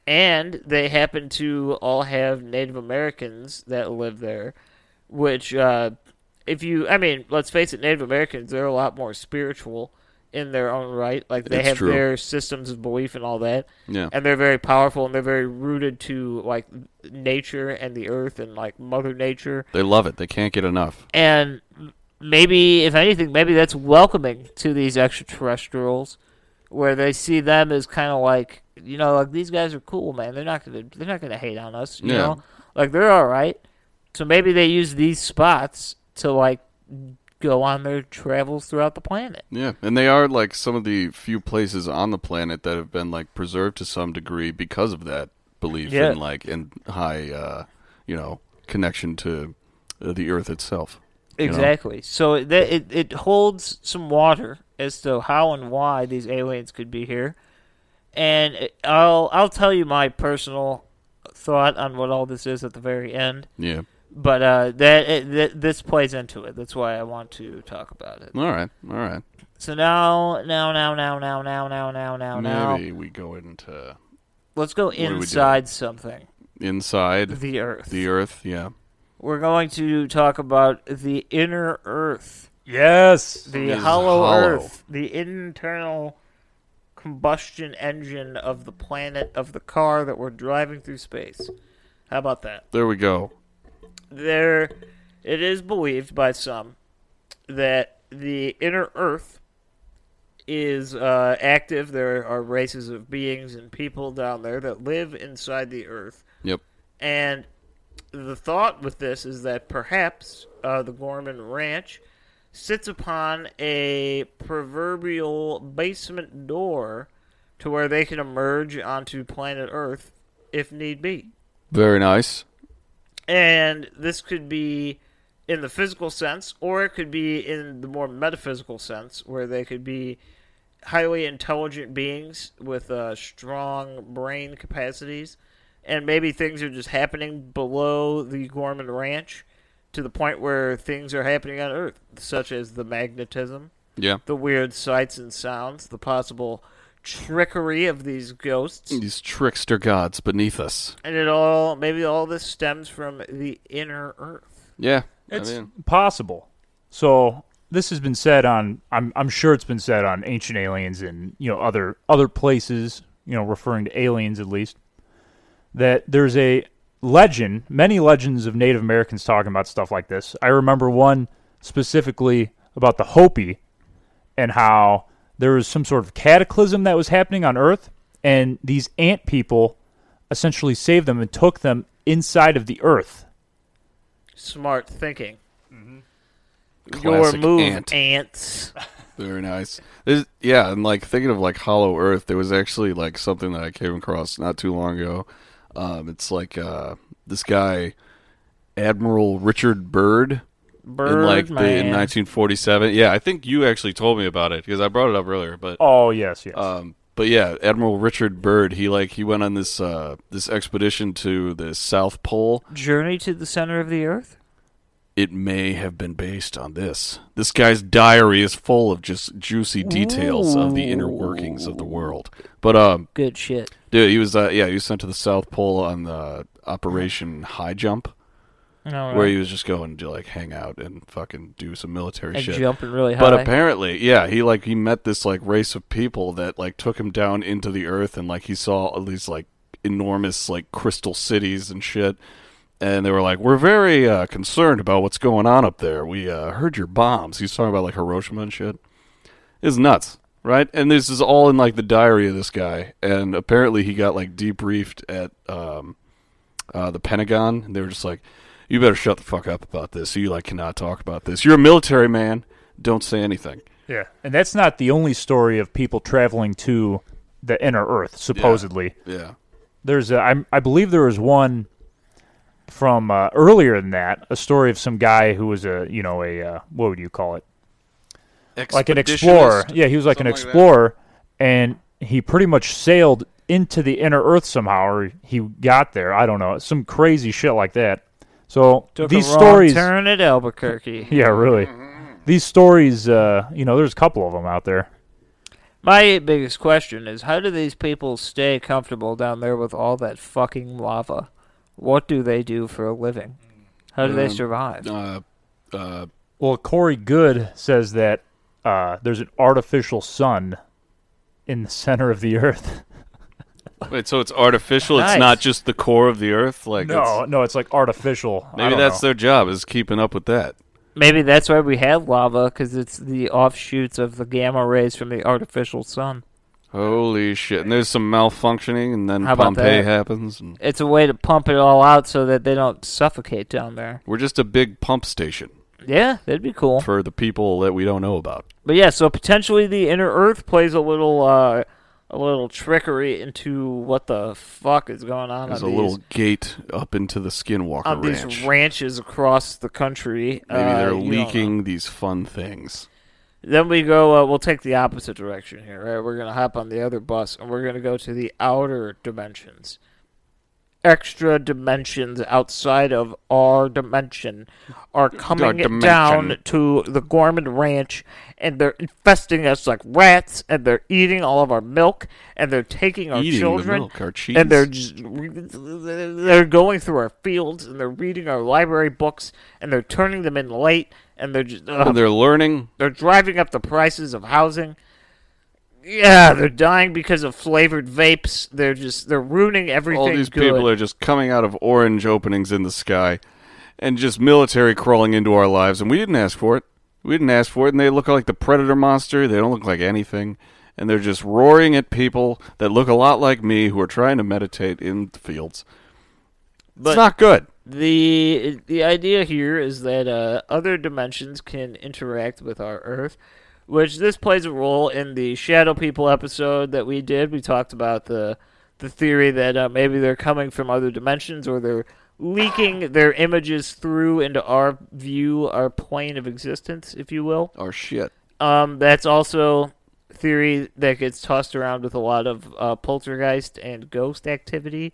Speaker 2: And they happen to all have Native Americans that live there, which, uh, if you, I mean, let's face it, Native Americans, they're a lot more spiritual in their own right. Like, they
Speaker 3: It's
Speaker 2: have
Speaker 3: true.
Speaker 2: their systems of belief and all that
Speaker 3: Yeah.
Speaker 2: and they're very powerful and they're very rooted to like nature and the earth and like mother nature
Speaker 3: They love it. They can't get enough.
Speaker 2: and maybe if anything maybe that's welcoming to these extraterrestrials where they see them as kind of like you know like these guys are cool man they're not gonna they're not gonna hate on us you
Speaker 3: Yeah.
Speaker 2: know like they're all right so maybe they use these spots to like go on their travels throughout the planet
Speaker 3: Yeah, and they are like some of the few places on the planet that have been like preserved to some degree because of that belief
Speaker 2: Yeah.
Speaker 3: in like and high, uh, you know, connection to uh, the Earth itself. you know?
Speaker 2: Exactly. So it, that- it it holds some water as to how and why these aliens could be here, and it- I'll I'll tell you my personal thought on what all this is at the very end.
Speaker 3: Yeah.
Speaker 2: But uh, that it, th- this plays into it. That's why I want to talk about it.
Speaker 3: All right. All right.
Speaker 2: So now, now, now, now, now, now, now, now, now, now,
Speaker 3: Maybe we go into
Speaker 2: let's go
Speaker 3: do we do?
Speaker 2: inside something.
Speaker 3: inside
Speaker 2: The Earth.
Speaker 3: the Earth. Yeah.
Speaker 2: We're going to talk about the inner Earth.
Speaker 4: Yes.
Speaker 2: the
Speaker 3: is
Speaker 2: hollow,
Speaker 3: hollow.
Speaker 2: earth, the internal combustion engine of the planet of the car that we're driving through space. How about that?
Speaker 3: There we go.
Speaker 2: There it is believed by some that the inner earth is uh, active. There are races of beings and people down there that live inside the earth.
Speaker 3: Yep.
Speaker 2: And the thought with this is that perhaps uh, the Gorman Ranch sits upon a proverbial basement door to where they can emerge onto planet Earth if need be.
Speaker 3: Very nice.
Speaker 2: And this could be in the physical sense, or it could be in the more metaphysical sense, where they could be highly intelligent beings with uh, strong brain capacities. And maybe things are just happening below the Gorman Ranch to the point where things are happening on Earth, such as the magnetism,
Speaker 3: Yeah.
Speaker 2: the weird sights and sounds, the possible trickery of these ghosts.
Speaker 3: These trickster gods beneath us.
Speaker 2: And it all, maybe all this stems from the inner Earth.
Speaker 3: Yeah. I
Speaker 4: It's
Speaker 3: mean,
Speaker 4: possible. So this has been said on. I'm I'm sure it's been said on ancient aliens and you know other other places. You know, referring to aliens at least. That there's a legend, many legends of Native Americans talking about stuff like this. I remember one specifically about the Hopi and how there was some sort of cataclysm that was happening on Earth, and these ant people essentially saved them and took them inside of the Earth.
Speaker 2: smart thinking.
Speaker 3: Mm-hmm. Classic
Speaker 2: Your move,
Speaker 3: ant.
Speaker 2: ants.
Speaker 3: Very nice. There's, yeah, and like thinking of like Hollow Earth, there was actually like something that I came across not too long ago. Um, it's like uh, this guy, Admiral Richard Byrd, in
Speaker 2: Bird
Speaker 3: like the, in
Speaker 2: man.
Speaker 3: 1947. Yeah, I think you actually told me about it because I brought it up earlier. But
Speaker 4: Oh yes, yes.
Speaker 3: um, but yeah, Admiral Richard Byrd, he like he went on this uh, this expedition to the South Pole.
Speaker 2: Journey to the center of the earth.
Speaker 3: It may have been based on this. This guy's diary is full of just juicy details of the inner workings of the world. But um,
Speaker 2: Good shit.
Speaker 3: Dude, he was uh, yeah, he was sent to the South Pole on the Operation High Jump,
Speaker 2: I don't know.
Speaker 3: where he was just going to like hang out and fucking do some military
Speaker 2: and
Speaker 3: shit.
Speaker 2: jumping really high.
Speaker 3: But apparently, yeah, he like he met this like race of people that like took him down into the earth and like he saw all these like enormous like crystal cities and shit. And they were like, "We're very uh, concerned about what's going on up there. We uh, heard your bombs." He's talking about like Hiroshima and shit. It's nuts, right? And this is all in like the diary of this guy. And apparently, he got like debriefed at um, uh, the Pentagon, and they were just like, "You better shut the fuck up about this. You like cannot talk about this. You're a military man. Don't say anything."
Speaker 4: Yeah, and that's not the only story of people traveling to the inner Earth. Supposedly,
Speaker 3: Yeah,
Speaker 4: there's a, I, I believe there was one from uh, earlier than that, a story of some guy who was a you know a uh, what would you call it? Like an explorer. Yeah, he was like an
Speaker 3: Something like that.
Speaker 4: explorer, and he pretty much sailed into the inner Earth somehow, or he got there. I don't know, some crazy shit like that. So
Speaker 2: Took
Speaker 4: these
Speaker 2: a wrong
Speaker 4: stories,
Speaker 2: turn at Albuquerque.
Speaker 4: yeah, really,
Speaker 3: Mm-hmm.
Speaker 4: these stories. Uh, you know, there's a couple of them out there.
Speaker 2: My biggest question is how do these people stay comfortable down there with all that fucking lava? What do they do for a living? How do they survive?
Speaker 3: Uh, uh,
Speaker 4: Well, Corey Good says that uh, there's an artificial sun in the center of the Earth.
Speaker 3: wait, so it's artificial.
Speaker 2: Nice.
Speaker 3: It's not just the core of the Earth. Like
Speaker 4: no,
Speaker 3: it's,
Speaker 4: no, it's like artificial. I
Speaker 3: maybe
Speaker 4: don't
Speaker 3: that's
Speaker 4: know.
Speaker 3: their job is keeping up with that.
Speaker 2: Maybe that's why we have lava because it's the offshoots of the gamma rays from the artificial sun.
Speaker 3: Holy shit! And there's some malfunctioning, and then
Speaker 2: How about
Speaker 3: Pompeii
Speaker 2: that?
Speaker 3: happens, and
Speaker 2: It's a way to pump it all out so that they don't suffocate down there.
Speaker 3: we're just a big pump station
Speaker 2: Yeah, that'd be cool.
Speaker 3: for the people that we don't know about.
Speaker 2: But yeah, so potentially the inner Earth plays a little, uh, a little trickery into what the fuck is going on.
Speaker 3: There's a
Speaker 2: on these,
Speaker 3: little gate up into the Skinwalker
Speaker 2: on
Speaker 3: Ranch.
Speaker 2: these ranches across the country.
Speaker 3: Maybe
Speaker 2: uh,
Speaker 3: they're
Speaker 2: you don't know.
Speaker 3: leaking these fun things.
Speaker 2: Then we go. Uh, we'll take the opposite direction here. Right, we're gonna hop on the other bus and we're gonna go to the outer dimensions, extra dimensions outside of our dimension, are coming
Speaker 3: dimension.
Speaker 2: down to the Gorman Ranch and they're infesting us like rats and they're eating all of our milk and they're taking our
Speaker 3: Eating the
Speaker 2: children
Speaker 3: milk, our cheese.
Speaker 2: and they're just, they're going through our fields and they're reading our library books and they're turning them in late and they're just ugh.
Speaker 3: they're learning.
Speaker 2: They're driving up the prices of housing. Yeah, they're dying because of flavored vapes. They're just they're ruining everything.
Speaker 3: All these
Speaker 2: good.
Speaker 3: people are just coming out of orange openings in the sky, and just military crawling into our lives, and we didn't ask for it. We didn't ask for it, and they look like the predator monster. They don't look like anything, and they're just roaring at people that look a lot like me who are trying to meditate in the fields.
Speaker 2: But-
Speaker 3: it's not good.
Speaker 2: the the idea here is that uh, other dimensions can interact with our Earth, which this plays a role in the Shadow People episode that we did. We talked about the the theory that uh, maybe they're coming from other dimensions or they're leaking their images through into our view, our plane of existence, if you will.
Speaker 3: Our shit.
Speaker 2: Um, that's also theory that gets tossed around with a lot of uh, poltergeist and ghost activity.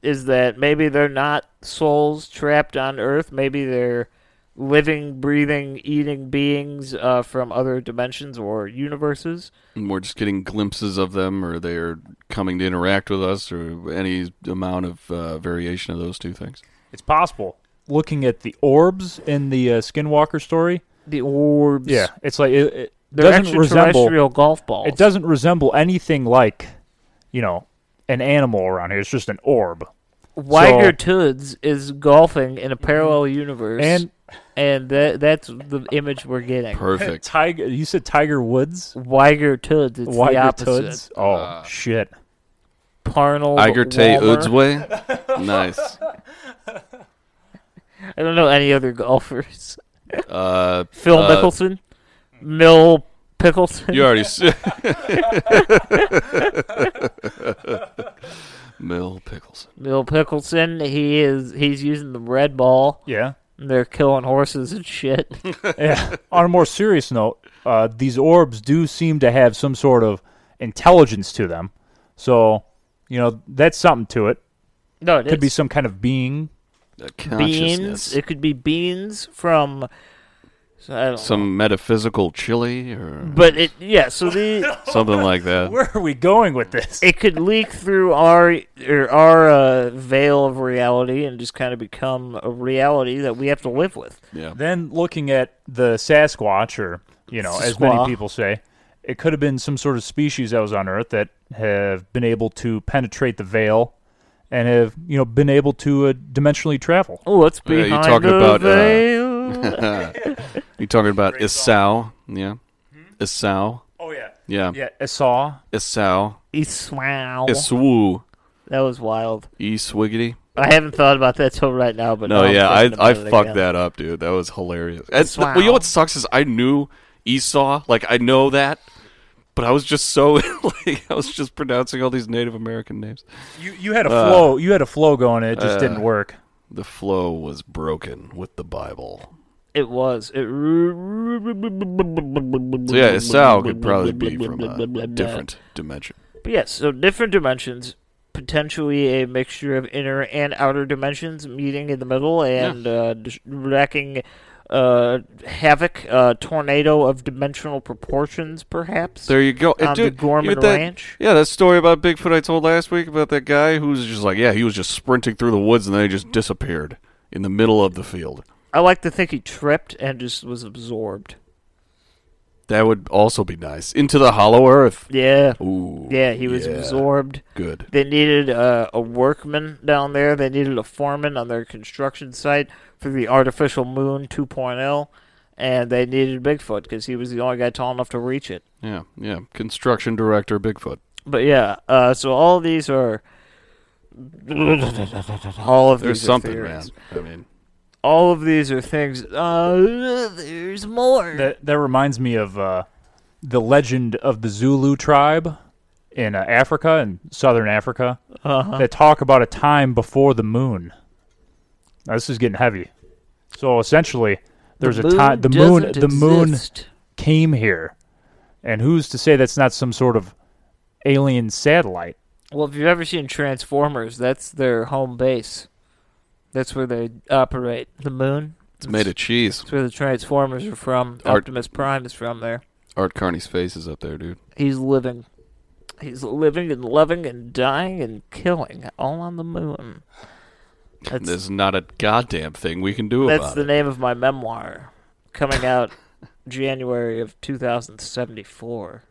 Speaker 2: Is that maybe they're not souls trapped on Earth? Maybe they're living, breathing, eating beings uh, from other dimensions or universes.
Speaker 3: And we're just getting glimpses of them, or they're coming to interact with us, or any amount of uh, variation of those two things.
Speaker 4: It's possible. Looking at the orbs in the uh, Skinwalker story,
Speaker 2: The orbs.
Speaker 4: yeah, it's like it, it
Speaker 2: They're
Speaker 4: doesn't resemble.
Speaker 2: extraterrestrial golf balls.
Speaker 4: It doesn't resemble anything like, you know, an animal around here. It's just an orb.
Speaker 2: Weiger Toods is golfing in a parallel universe,
Speaker 4: And-
Speaker 2: and that that's the image we're getting.
Speaker 3: Perfect.
Speaker 4: Tiger, you said Tiger Woods.
Speaker 2: Weiger Toods. It's the
Speaker 4: Weiger
Speaker 2: opposite.
Speaker 4: Toods. Oh shit!
Speaker 2: Parnell.
Speaker 3: Iger Tay
Speaker 2: Walmer.
Speaker 3: Udsway. Nice.
Speaker 2: I don't know any other golfers.
Speaker 3: Uh,
Speaker 2: Phil
Speaker 3: uh,
Speaker 2: Mickelson, Mill Pickleson.
Speaker 3: You already s Mill Pickleson.
Speaker 2: Mill Pickleson. He is. He's using the red ball.
Speaker 4: Yeah.
Speaker 2: And they're killing horses and shit.
Speaker 4: yeah. On a more serious note, uh, these orbs do seem to have some sort of intelligence to them. So, you know, that's something to it.
Speaker 2: no, it
Speaker 4: Could be
Speaker 2: is.
Speaker 4: some kind of being.
Speaker 3: Uh,
Speaker 2: beans.
Speaker 3: consciousness.
Speaker 2: It could be beans from So I don't know.
Speaker 3: Some metaphysical chili or
Speaker 2: But it yeah, so the
Speaker 3: something like that.
Speaker 4: Where are we going with this?
Speaker 2: it could leak through our or our uh, veil of reality and just kind of become a reality that we have to live with.
Speaker 3: Yeah.
Speaker 4: Then looking at the Sasquatch, or you know, as many
Speaker 2: Squaw.
Speaker 4: people say, it could have been some sort of species that was on Earth that have been able to penetrate the veil and have you know been able to uh, dimensionally travel.
Speaker 2: Oh, what's
Speaker 3: Yeah, you're
Speaker 2: behind
Speaker 3: Uh, talking
Speaker 2: the
Speaker 3: about, uh,
Speaker 2: veil?
Speaker 3: You talking about Isau? Yeah.
Speaker 2: Hmm?
Speaker 3: Isau?
Speaker 4: Oh yeah,
Speaker 3: Yeah.
Speaker 4: yeah. I saw.
Speaker 3: Isau.
Speaker 2: It's wow.
Speaker 3: Iswoo.
Speaker 2: That was wild.
Speaker 3: Eswiggity.
Speaker 2: I haven't thought about that till right now, but
Speaker 3: No,
Speaker 2: now I'm
Speaker 3: yeah, I,
Speaker 2: thinking
Speaker 3: I
Speaker 2: about it
Speaker 3: fucked
Speaker 2: again.
Speaker 3: that up, dude. That was hilarious. And,
Speaker 2: Wow.
Speaker 3: Well, you know what sucks is I knew Esau, like I know that, but I was just so like I was just pronouncing all these Native American names.
Speaker 4: You you had a flow. You had a flow going. And it just
Speaker 3: uh,
Speaker 4: didn't work.
Speaker 3: The flow was broken with the Bible.
Speaker 2: It was. It.
Speaker 3: So yeah, Esau could probably be from a different dimension.
Speaker 2: But yes, so different dimensions, potentially a mixture of inner and outer dimensions meeting in the middle and uh, dis- wrecking uh, havoc, uh, tornado of dimensional proportions, perhaps.
Speaker 3: There you go.
Speaker 2: On
Speaker 3: And
Speaker 2: Um, the
Speaker 3: dude,
Speaker 2: Gorman
Speaker 3: you know that-
Speaker 2: Ranch?
Speaker 3: Yeah, that story about Bigfoot I told last week about that guy who was just like, yeah, he was just sprinting through the woods and then he just disappeared in the middle of the field.
Speaker 2: I like to think he tripped and just was absorbed.
Speaker 3: That would also be nice. Into the hollow earth.
Speaker 2: Yeah.
Speaker 3: Ooh.
Speaker 2: Yeah, he was absorbed.
Speaker 3: Good.
Speaker 2: They needed uh, a workman down there. They needed a foreman on their construction site for the artificial moon 2.0, and they needed Bigfoot because he was the only guy tall enough to reach it.
Speaker 3: Yeah, yeah. Construction director Bigfoot.
Speaker 2: But yeah, uh, so all these are all of
Speaker 3: There's
Speaker 2: these
Speaker 3: something,
Speaker 2: are theories.
Speaker 3: man. I mean,
Speaker 2: All of these are things. Uh, there's more.
Speaker 4: That that reminds me of uh, the legend of the Zulu tribe in uh, Africa in southern Africa
Speaker 2: Uh-huh.
Speaker 4: that talk about a time before the moon. Now, this is getting heavy. So essentially, there's a time the moon
Speaker 2: doesn't
Speaker 4: the moon
Speaker 2: exist.
Speaker 4: came here, and who's to say that's not some sort of alien satellite?
Speaker 2: Well, if you've ever seen Transformers, that's their home base. That's where they operate. The moon.
Speaker 3: it's made of cheese.
Speaker 2: That's where the Transformers are from.
Speaker 3: Art-
Speaker 2: Optimus Prime is from there.
Speaker 3: Art Carney's face is up there, dude.
Speaker 2: He's living. He's living and loving and dying and killing all on the moon. That's,
Speaker 3: There's not a goddamn thing we can do
Speaker 2: that's
Speaker 3: about
Speaker 2: the
Speaker 3: it.
Speaker 2: name of my memoir coming out January of 2074.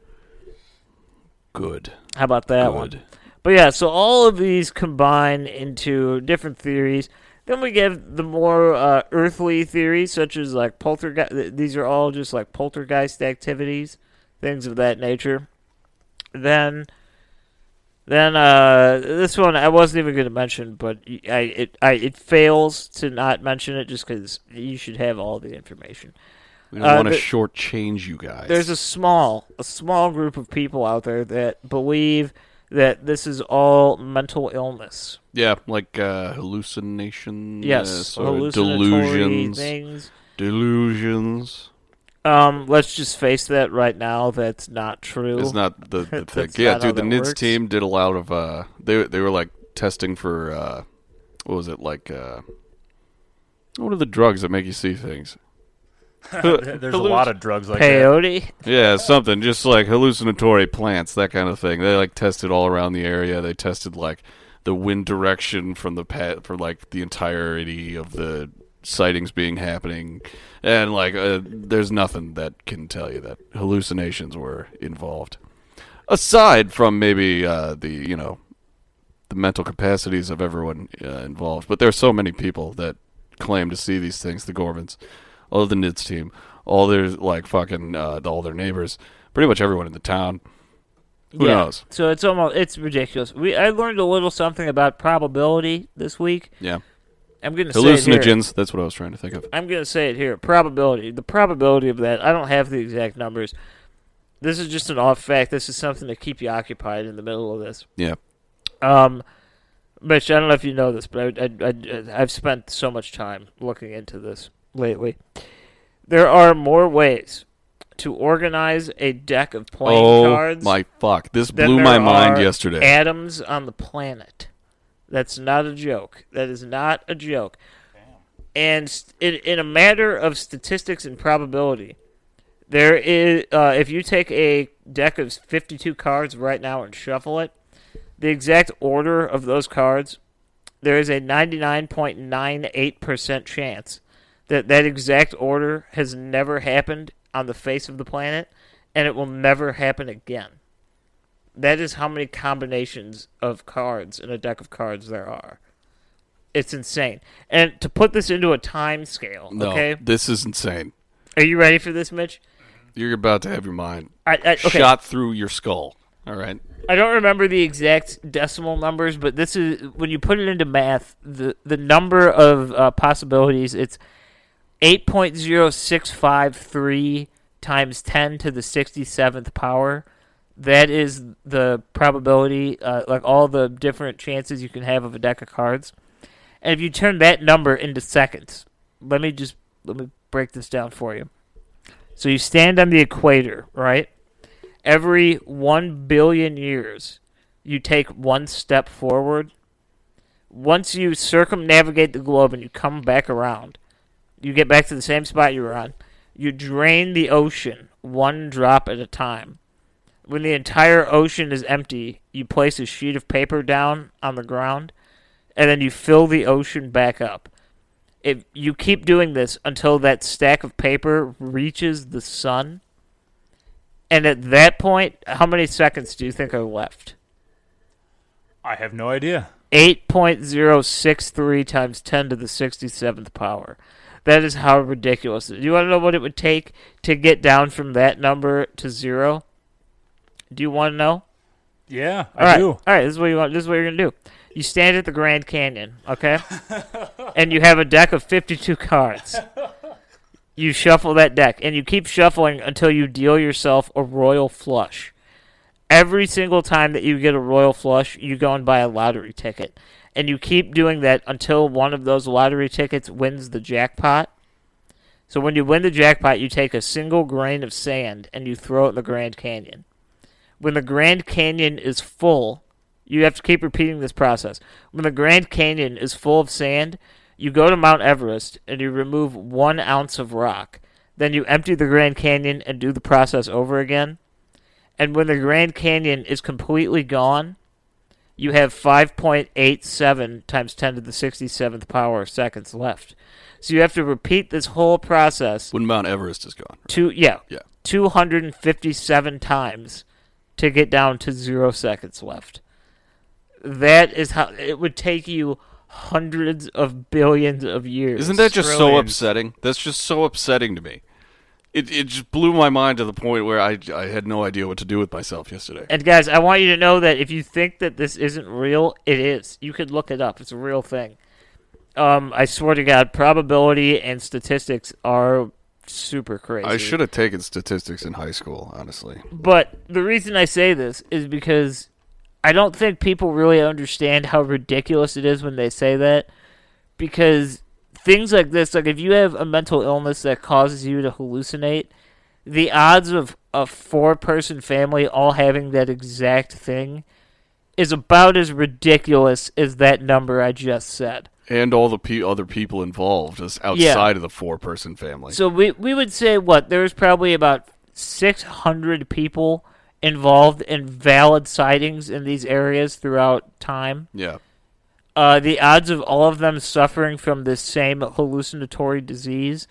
Speaker 3: Good.
Speaker 2: How about that
Speaker 3: Good.
Speaker 2: one? But yeah, so all of these combine into different theories. Then we get the more uh, earthly theories, such as like poltergeist. th- These are all just like poltergeist activities, things of that nature. Then, then uh, this one I wasn't even going to mention, but y- I it I, it fails to not mention it just because you should have all the information.
Speaker 3: We don't
Speaker 2: Uh,
Speaker 3: want to
Speaker 2: the-
Speaker 3: shortchange you guys.
Speaker 2: There's a small, a small group of people out there that believe that this is all mental illness.
Speaker 3: yeah, like uh, hallucination. uh,
Speaker 2: Yes,
Speaker 3: sort of
Speaker 2: hallucinatory
Speaker 3: delusions.
Speaker 2: things.
Speaker 3: Delusions.
Speaker 2: Um, let's just face that right now. That's not true.
Speaker 3: It's not the, the thing.
Speaker 2: That's
Speaker 3: yeah,
Speaker 2: not how
Speaker 3: dude, the
Speaker 2: that
Speaker 3: NIDS
Speaker 2: works.
Speaker 3: team did a lot of uh they they were like testing for uh what was it like uh what are the drugs that make you see things?
Speaker 4: There's a lot of drugs like
Speaker 2: peyote.
Speaker 3: Yeah, something just like hallucinatory plants, that kind of thing. They like tested all around the area. They tested like the wind direction from the pat for like the entirety of the sightings being happening, and like uh, there's nothing that can tell you that hallucinations were involved, aside from maybe uh, the you know the mental capacities of everyone uh, involved. But there are so many people that claim to see these things. The Gormans, all the Nids team, all their like fucking uh, all their neighbors, pretty much everyone in the town. Who
Speaker 2: yeah.
Speaker 3: knows?
Speaker 2: So it's almost it's ridiculous. We I learned a little something about probability this week.
Speaker 3: Yeah,
Speaker 2: I'm gonna say it here.
Speaker 3: hallucinogens. That's what I was trying to think of.
Speaker 2: I'm going to say it here. Probability. The probability of that. I don't have the exact numbers. This is just an off fact. This is something to keep you occupied in the middle of this.
Speaker 3: Yeah,
Speaker 2: Um, Mitch, I don't know if you know this, but I, I, I, I've spent so much time looking into this lately. There are more ways to organize a deck of playing
Speaker 3: oh
Speaker 2: cards
Speaker 3: my fuck! This
Speaker 2: than
Speaker 3: blew
Speaker 2: there
Speaker 3: my mind
Speaker 2: are
Speaker 3: yesterday.
Speaker 2: Atoms on the planet. That's not a joke. That is not a joke. and st- in, in a matter of statistics and probability, there is uh, if you take a deck of 52 cards right now and shuffle it, the exact order of those cards, there is a 99.98% chance that that exact order has never happened on the face of the planet and it will never happen again. That is how many combinations of cards in a deck of cards there are. It's insane. And to put this into a time scale,
Speaker 3: No,
Speaker 2: okay?
Speaker 3: this is insane.
Speaker 2: Are you ready for this, Mitch?
Speaker 3: You're about to have your mind
Speaker 2: I, I, okay.
Speaker 3: shot through your skull. All right.
Speaker 2: I don't remember the exact decimal numbers, but this is when you put it into math, the the number of uh, possibilities it's eight point zero six five three times ten to the sixty seventh power. That is the probability, uh, like all the different chances you can have of a deck of cards. And if you turn that number into seconds, let me just let me break this down for you. So you stand on the equator, right? every 1 billion years, you take one step forward. Once you circumnavigate the globe and you come back around, you get back to the same spot you were on, you drain the ocean one drop at a time. When the entire ocean is empty, you place a sheet of paper down on the ground and then you fill the ocean back up. If you keep doing this until that stack of paper reaches the sun, and at that point, how many seconds do you think are left?
Speaker 4: I have no idea.
Speaker 2: 8.063 times 10 to the 67th power. That is how ridiculous it is. Do you want to know what it would take to get down from that number to zero? Do you want to know?
Speaker 4: Yeah,
Speaker 2: All
Speaker 4: I
Speaker 2: right.
Speaker 4: do.
Speaker 2: All right, this is what you want. This is what you're gonna do. You stand at the Grand Canyon, okay? and you have a deck of 52 cards. You shuffle that deck, and you keep shuffling until you deal yourself a royal flush. Every single time that you get a royal flush, you go and buy a lottery ticket, and you keep doing that until one of those lottery tickets wins the jackpot. So when you win the jackpot, you take a single grain of sand and you throw it in the Grand Canyon when the Grand Canyon is full, you have to keep repeating this process. When the Grand Canyon is full of sand, you go to Mount Everest and you remove one ounce of rock. Then you empty the Grand Canyon and do the process over again. And when the Grand Canyon is completely gone, you have 5.87 times 10 to the 67th power seconds left. So you have to repeat this whole process
Speaker 3: When Mount Everest is gone.
Speaker 2: Two yeah.
Speaker 3: Yeah.
Speaker 2: 257 times to get down to 0 seconds left. That is how it would take you hundreds of billions of years.
Speaker 3: Isn't that just so
Speaker 4: Brilliant.
Speaker 3: upsetting? That's just so upsetting to me. It it just blew my mind to the point where I I had no idea what to do with myself yesterday.
Speaker 2: And guys, I want you to know that if you think that this isn't real, it is. You could look it up. It's a real thing. Um, I swear to God, probability and statistics are super crazy.
Speaker 3: I should have taken statistics in high school, honestly.
Speaker 2: But the reason I say this is because I don't think people really understand how ridiculous it is when they say that. Because things like this, like if you have a mental illness that causes you to hallucinate, the odds of a four person family all having that exact thing is about as ridiculous as that number I just said.
Speaker 3: And all the pe- other people involved is outside of the four person family.
Speaker 2: So we we would say what there's probably about 600 people involved in valid sightings in these areas throughout time.
Speaker 3: yeah.
Speaker 2: Uh, the odds of all of them suffering from this same hallucinatory disease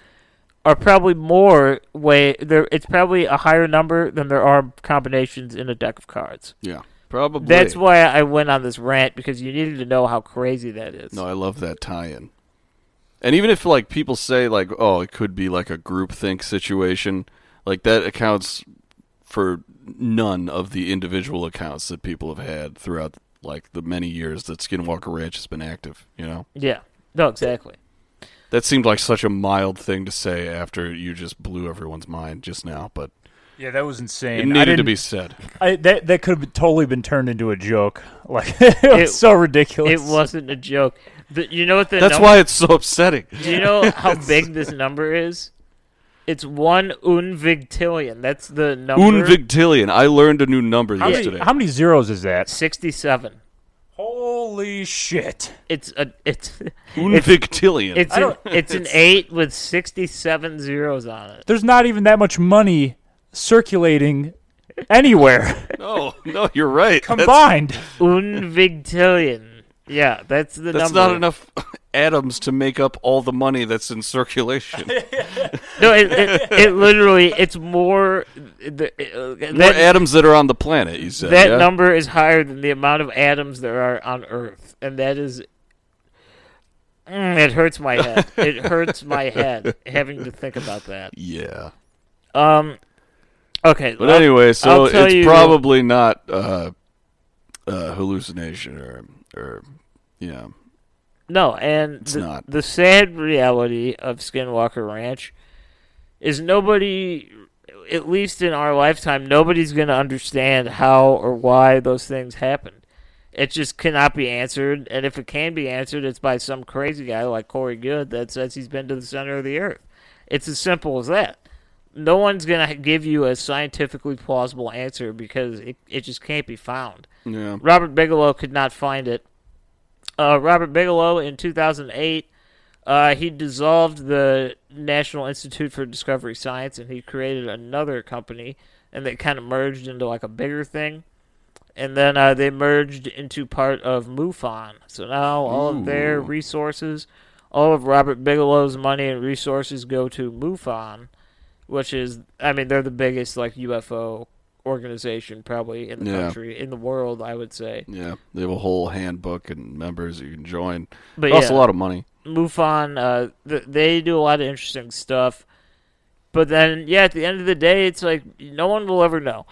Speaker 2: are probably more way there. It's probably a higher number than there are combinations in a deck of cards.
Speaker 3: Yeah. Probably.
Speaker 2: That's why I went on this rant because you needed to know how crazy that is.
Speaker 3: No, I love that tie-in. And even if like people say like, "Oh, it could be like a groupthink situation," like that accounts for none of the individual accounts that people have had throughout like the many years that Skinwalker Ranch has been active. You know,
Speaker 2: Yeah. No, exactly.
Speaker 3: that seemed like such a mild thing to say after you just blew everyone's mind just now, but
Speaker 4: Yeah, that was insane.
Speaker 3: it
Speaker 4: I
Speaker 3: needed to
Speaker 4: didn't-
Speaker 3: be said.
Speaker 4: I, that that could have totally been turned into a joke. Like it was
Speaker 2: It-
Speaker 4: so ridiculous.
Speaker 2: It wasn't a joke. The, you know what the
Speaker 3: That's
Speaker 2: number-
Speaker 3: why it's so upsetting.
Speaker 2: Do you know how big this number is? It's one unvigtillion. That's the number.
Speaker 3: Unvictillion. I learned a new number
Speaker 4: How many,
Speaker 3: yesterday.
Speaker 4: how many zeros is that?
Speaker 2: Sixty-seven.
Speaker 4: Holy shit.
Speaker 2: It's a it's
Speaker 3: Unvictillion.
Speaker 2: it's
Speaker 4: I
Speaker 2: an,
Speaker 4: don't-
Speaker 2: it's an eight with sixty seven zeros on it.
Speaker 4: There's not even that much money circulating anywhere
Speaker 3: no, no, you're right. That's,
Speaker 4: combined.
Speaker 2: Unvictillion. Yeah, that's the
Speaker 3: that's
Speaker 2: number.
Speaker 3: not enough atoms to make up all the money that's in circulation.
Speaker 2: No, it, it, it literally it's more. The, uh,
Speaker 3: More
Speaker 2: that
Speaker 3: atoms that are on the planet. You said
Speaker 2: that
Speaker 3: yeah?
Speaker 2: number is higher than the amount of atoms there are on Earth, and that is. Mm, it hurts my head. It hurts my head having to think about that.
Speaker 3: Yeah.
Speaker 2: Um, okay.
Speaker 3: But
Speaker 2: I'll-
Speaker 3: anyway, so
Speaker 2: I'll tell
Speaker 3: it's
Speaker 2: you-
Speaker 3: probably not uh, uh, hallucination or or yeah.
Speaker 2: No, and the,
Speaker 3: not.
Speaker 2: the sad reality of Skinwalker Ranch is nobody, at least in our lifetime, nobody's going to understand how or why those things happened. It just cannot be answered, and if it can be answered, it's by some crazy guy like Corey Good that says he's been to the center of the earth. It's as simple as that. No one's going to give you a scientifically plausible answer because it, it just can't be found.
Speaker 3: Yeah.
Speaker 2: Um, Robert Bigelow could not find it. Uh, Robert Bigelow in 2008, uh, he dissolved the National Institute for Discovery Science and he created another company, and they kind of merged into like a bigger thing. And then uh, they merged into part of MUFON. So now all of their resources, all of Robert Bigelow's money and resources go to MUFON, which is, I mean, they're the biggest like UFO organization probably in the
Speaker 3: Yeah.
Speaker 2: country, in the world, I would say.
Speaker 3: Yeah, they have a whole handbook and members that you can join.
Speaker 2: But
Speaker 3: But costs
Speaker 2: yeah.
Speaker 3: a lot of money.
Speaker 2: MUFON, uh, th- they do a lot of interesting stuff. But then, yeah, at the end of the day, it's like no one will ever know.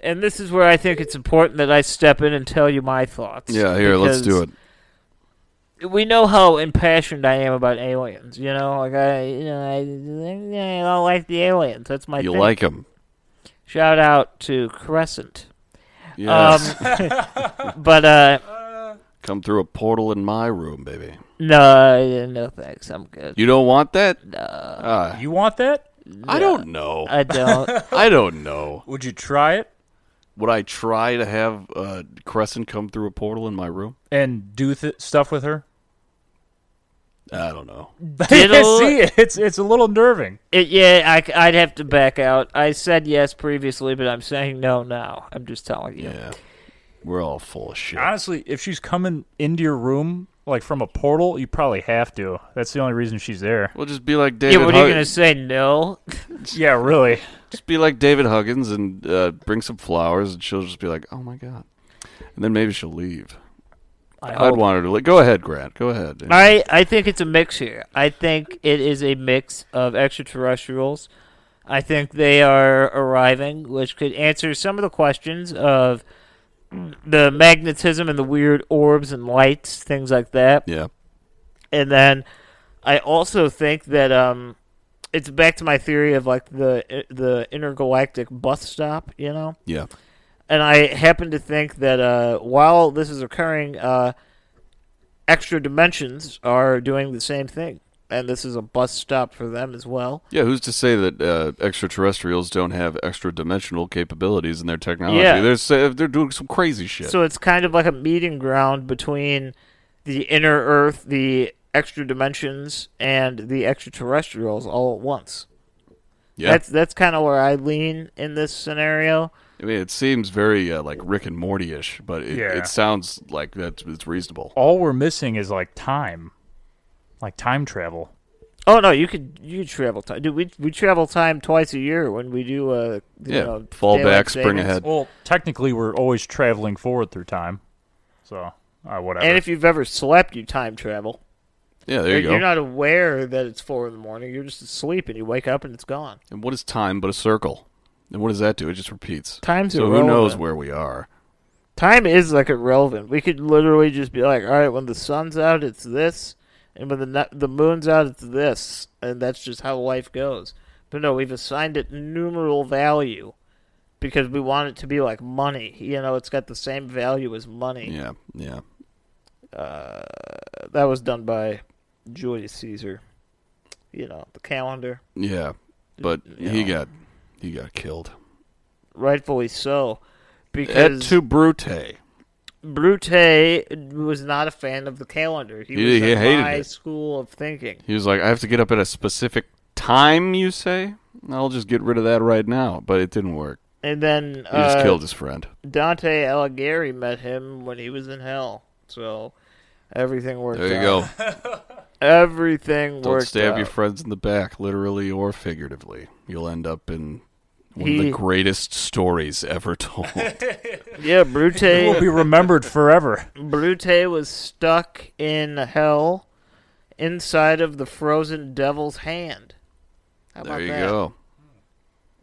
Speaker 2: And this is where I think it's important that I step in and tell you my thoughts.
Speaker 3: Yeah, here, let's
Speaker 2: because
Speaker 3: do it.
Speaker 2: We know how impassioned I am about aliens. You know, like I, you know, I, I don't like the aliens. That's my
Speaker 3: You
Speaker 2: thing.
Speaker 3: like him?
Speaker 2: Shout out to Crescent.
Speaker 3: Yes.
Speaker 2: But uh,
Speaker 3: Come through a portal in my room, baby.
Speaker 2: no, no thanks. I'm good.
Speaker 3: You don't want that? Ah,
Speaker 4: You want that?
Speaker 3: I don't know.
Speaker 2: I don't.
Speaker 3: I don't know.
Speaker 4: Would you try it
Speaker 3: Would I try to have uh, Crescent come through a portal in my room?
Speaker 4: and do th- stuff with her?
Speaker 3: I don't know.
Speaker 2: Diddle-
Speaker 4: See, it's it's a little nerving.
Speaker 2: It, yeah, I, would have to back out. I said yes previously, but I'm saying no now. I'm just telling you.
Speaker 3: Yeah. We're all full of shit.
Speaker 4: Honestly, if she's coming into your room like from a portal, you probably have to. That's the only reason she's there.
Speaker 3: We'll just be like
Speaker 2: Yeah,
Speaker 3: David.
Speaker 2: what are you
Speaker 3: Hug-
Speaker 2: gonna say? No.
Speaker 4: Yeah, really.
Speaker 3: just be like David Huggins and uh, bring some flowers, and she'll just be like, "Oh my god," and then maybe she'll leave.
Speaker 2: I
Speaker 3: I'd
Speaker 2: hope.
Speaker 3: want her to. Li- Go ahead, Grant. Go ahead.
Speaker 2: I I think it's a mix here. I think it is a mix of extraterrestrials. I think they are arriving, which could answer some of the questions of the magnetism and the weird orbs and lights, things like that.
Speaker 3: yeah.
Speaker 2: And then I also think that um, it's back to my theory of like the the intergalactic bus stop, you know.
Speaker 3: Yeah.
Speaker 2: And I happen to think that uh, while this is occurring, uh, extra dimensions are doing the same thing, and this is a bus stop for them as well.
Speaker 3: Yeah, who's to say that uh, extraterrestrials don't have extra dimensional capabilities in their technology?
Speaker 2: Yeah.
Speaker 3: They're sa- they're doing some crazy shit.
Speaker 2: So it's kind of like a meeting ground between the inner Earth, the extra dimensions, and the extraterrestrials all at once.
Speaker 3: yeah,
Speaker 2: That's that's kind of where I lean in this scenario.
Speaker 3: I mean, it seems very uh, like Rick and Morty ish, but it,
Speaker 4: Yeah.
Speaker 3: it sounds like that's it's reasonable.
Speaker 4: All we're missing is like time, like time travel.
Speaker 2: Oh no, you could you could travel time. Dude, we we travel time twice a year when we do uh you
Speaker 3: Yeah,
Speaker 2: know,
Speaker 3: fall
Speaker 2: daylight
Speaker 3: back, spring
Speaker 2: savings.
Speaker 3: ahead.
Speaker 4: Well, technically, we're always traveling forward through time. So, uh, whatever.
Speaker 2: And if you've ever slept, you time travel.
Speaker 3: Yeah, there you go.
Speaker 2: are not aware that it's four in the morning. You're just asleep, and you wake up, and it's gone.
Speaker 3: and what is time but a circle? And what does that do? It just repeats.
Speaker 2: Time's
Speaker 3: so who
Speaker 2: irrelevant.
Speaker 3: knows where we are?
Speaker 2: Time is like irrelevant. We could literally just be like, all right, when the sun's out, it's this, and when the nu- the moon's out, it's this, and that's just how life goes. But no, we've assigned it numeral value because we want it to be like money. You know, it's got the same value as money.
Speaker 3: Yeah, yeah.
Speaker 2: Uh, That was done by Julius Caesar. You know, the calendar,
Speaker 3: Yeah, but he got he got killed.
Speaker 2: rightfully so,
Speaker 3: Et
Speaker 2: because
Speaker 3: tu brute?
Speaker 2: Brute was not a fan of the calendar. He,
Speaker 3: He-
Speaker 2: was
Speaker 3: he
Speaker 2: of
Speaker 3: hated
Speaker 2: my
Speaker 3: it.
Speaker 2: school of thinking.
Speaker 3: He was like, I have to get up at a specific time, you say? I'll just get rid of that right now. But it didn't work.
Speaker 2: And then
Speaker 3: He just
Speaker 2: uh,
Speaker 3: killed his friend.
Speaker 2: Dante Alighieri met him when he was in hell. So everything worked
Speaker 3: There you
Speaker 2: out.
Speaker 3: go.
Speaker 2: Everything
Speaker 3: Don't
Speaker 2: worked
Speaker 3: stab
Speaker 2: out.
Speaker 3: your friends in the back, literally or figuratively. You'll end up in one of
Speaker 2: He-
Speaker 3: the greatest stories ever told.
Speaker 2: Yeah,
Speaker 4: It will
Speaker 2: Brute
Speaker 4: be remembered forever.
Speaker 2: Brute was stuck in hell inside of the frozen devil's hand. How about
Speaker 3: there you
Speaker 2: that?
Speaker 3: go.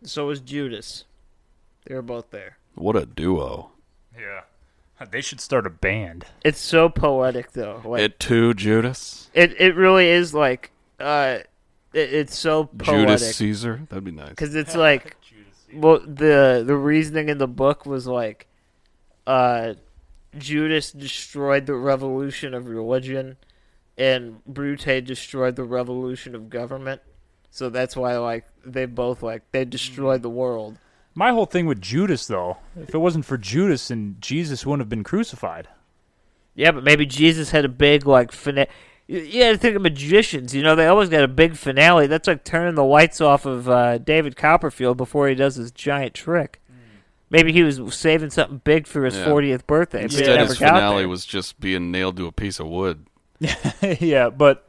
Speaker 2: So was Judas. They were both there.
Speaker 3: What a duo.
Speaker 4: Yeah. They should start a band.
Speaker 2: It's so poetic though. Like,
Speaker 3: It too, Judas.
Speaker 2: It it really is like uh, it, it's so
Speaker 3: Judas
Speaker 2: poetic
Speaker 3: Caesar. That'd be nice.
Speaker 2: because it's like well the the reasoning in the book was like uh, Judas destroyed the revolution of religion and Brute destroyed the revolution of government, so that's why like they both like they destroyed the world.
Speaker 4: My whole thing with Judas, though, if it wasn't for Judas, then Jesus wouldn't have been crucified.
Speaker 2: Yeah, but maybe Jesus had a big like finale. Yeah, I think of magicians. You know, they always got a big finale. That's like turning the lights off of uh, David Copperfield before he does his giant trick. Maybe he was saving something big for his
Speaker 3: Yeah.
Speaker 2: 40th birthday. but it
Speaker 3: Instead,
Speaker 2: never
Speaker 3: his
Speaker 2: got
Speaker 3: finale
Speaker 2: there.
Speaker 3: was just being nailed to a piece of wood.
Speaker 4: yeah, but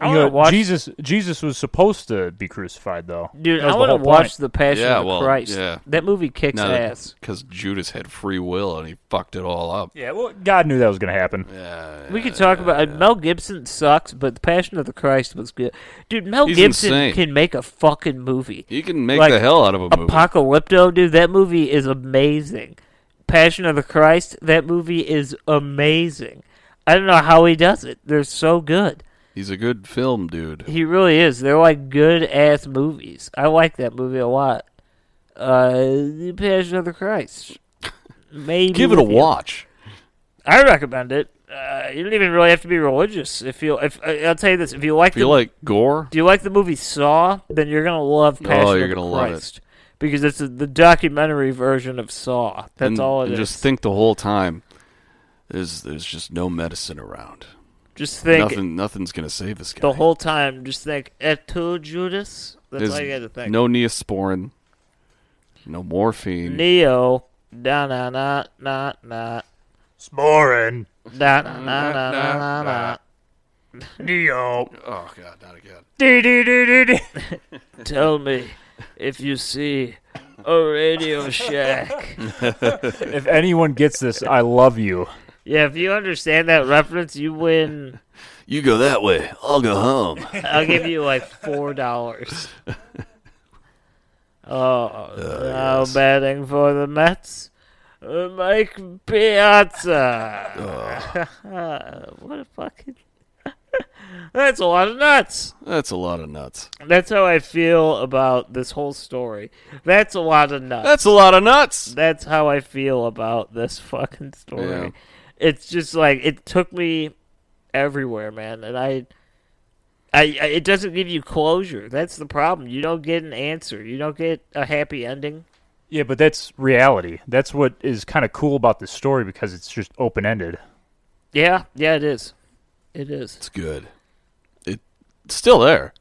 Speaker 2: I
Speaker 4: you
Speaker 2: wanna
Speaker 4: know,
Speaker 2: watch-
Speaker 4: Jesus Jesus was supposed to be crucified, though.
Speaker 2: Dude,
Speaker 4: That was
Speaker 2: I
Speaker 4: the
Speaker 2: want to
Speaker 4: whole point.
Speaker 2: watch The Passion
Speaker 3: Yeah,
Speaker 2: of
Speaker 3: well,
Speaker 2: Christ.
Speaker 3: yeah.
Speaker 2: That movie kicks
Speaker 3: No,
Speaker 2: ass.
Speaker 3: because Judas had free will and he fucked it all up.
Speaker 4: Yeah, well, God knew that was going to happen.
Speaker 3: Yeah,
Speaker 2: We could talk about uh, Mel Gibson sucks, but The Passion of the Christ was good. Dude, Mel
Speaker 3: He's
Speaker 2: Gibson
Speaker 3: insane.
Speaker 2: can make a fucking movie.
Speaker 3: he can make
Speaker 2: Like,
Speaker 3: the hell out of a movie.
Speaker 2: Apocalypto, dude, that movie is amazing. Passion of the Christ, that movie is amazing. I don't know how he does it. They're so good.
Speaker 3: He's a good film dude.
Speaker 2: He really is. They're like good ass movies. I like that movie a lot. Uh, The Passion of the Christ. Maybe
Speaker 3: Give it a
Speaker 2: with you.
Speaker 3: watch.
Speaker 2: I recommend it. Uh, you don't even really have to be religious. If you, if I- I'll tell you this, if you like
Speaker 3: If you
Speaker 2: the
Speaker 3: like gore,
Speaker 2: Do you like the movie Saw? Then you're gonna love Passion
Speaker 3: Oh, you're
Speaker 2: of the
Speaker 3: gonna love it.
Speaker 2: Christ because it's a, the documentary version of Saw. That's
Speaker 3: and,
Speaker 2: all it
Speaker 3: and
Speaker 2: is.
Speaker 3: just think the whole time. There's there's just no medicine around.
Speaker 2: Just think
Speaker 3: Nothing nothing's gonna save this guy.
Speaker 2: the whole time. Just think et tu, Judas. That's
Speaker 3: there's
Speaker 2: all you got to think.
Speaker 3: No neosporin. No morphine.
Speaker 2: Neo. Da na na na na.
Speaker 4: It's boring.
Speaker 2: Da na na na na na. na.
Speaker 4: Neo.
Speaker 3: oh god, not again.
Speaker 2: Tell me if you see a Radio Shack.
Speaker 4: If anyone gets this, I love you.
Speaker 2: yeah, if you understand that reference, you win.
Speaker 3: You go that way, I'll go home.
Speaker 2: I'll give you like four dollars. Oh, now batting for the Mets, uh, Mike Piazza. what a fucking. That's a lot of nuts.
Speaker 3: That's a lot of nuts.
Speaker 2: That's how I feel about this whole story. That's a lot of nuts.
Speaker 3: That's a lot of nuts.
Speaker 2: That's how I feel about this fucking story.
Speaker 3: Yeah.
Speaker 2: It's just like it took me everywhere, man, and I, I, I it doesn't give you closure. That's the problem. You don't get an answer. You don't get a happy ending.
Speaker 4: Yeah, but that's reality. That's what is kind of cool about this story because it's just open ended.
Speaker 2: Yeah, yeah, it is. It is.
Speaker 3: It's good. It, it's still there.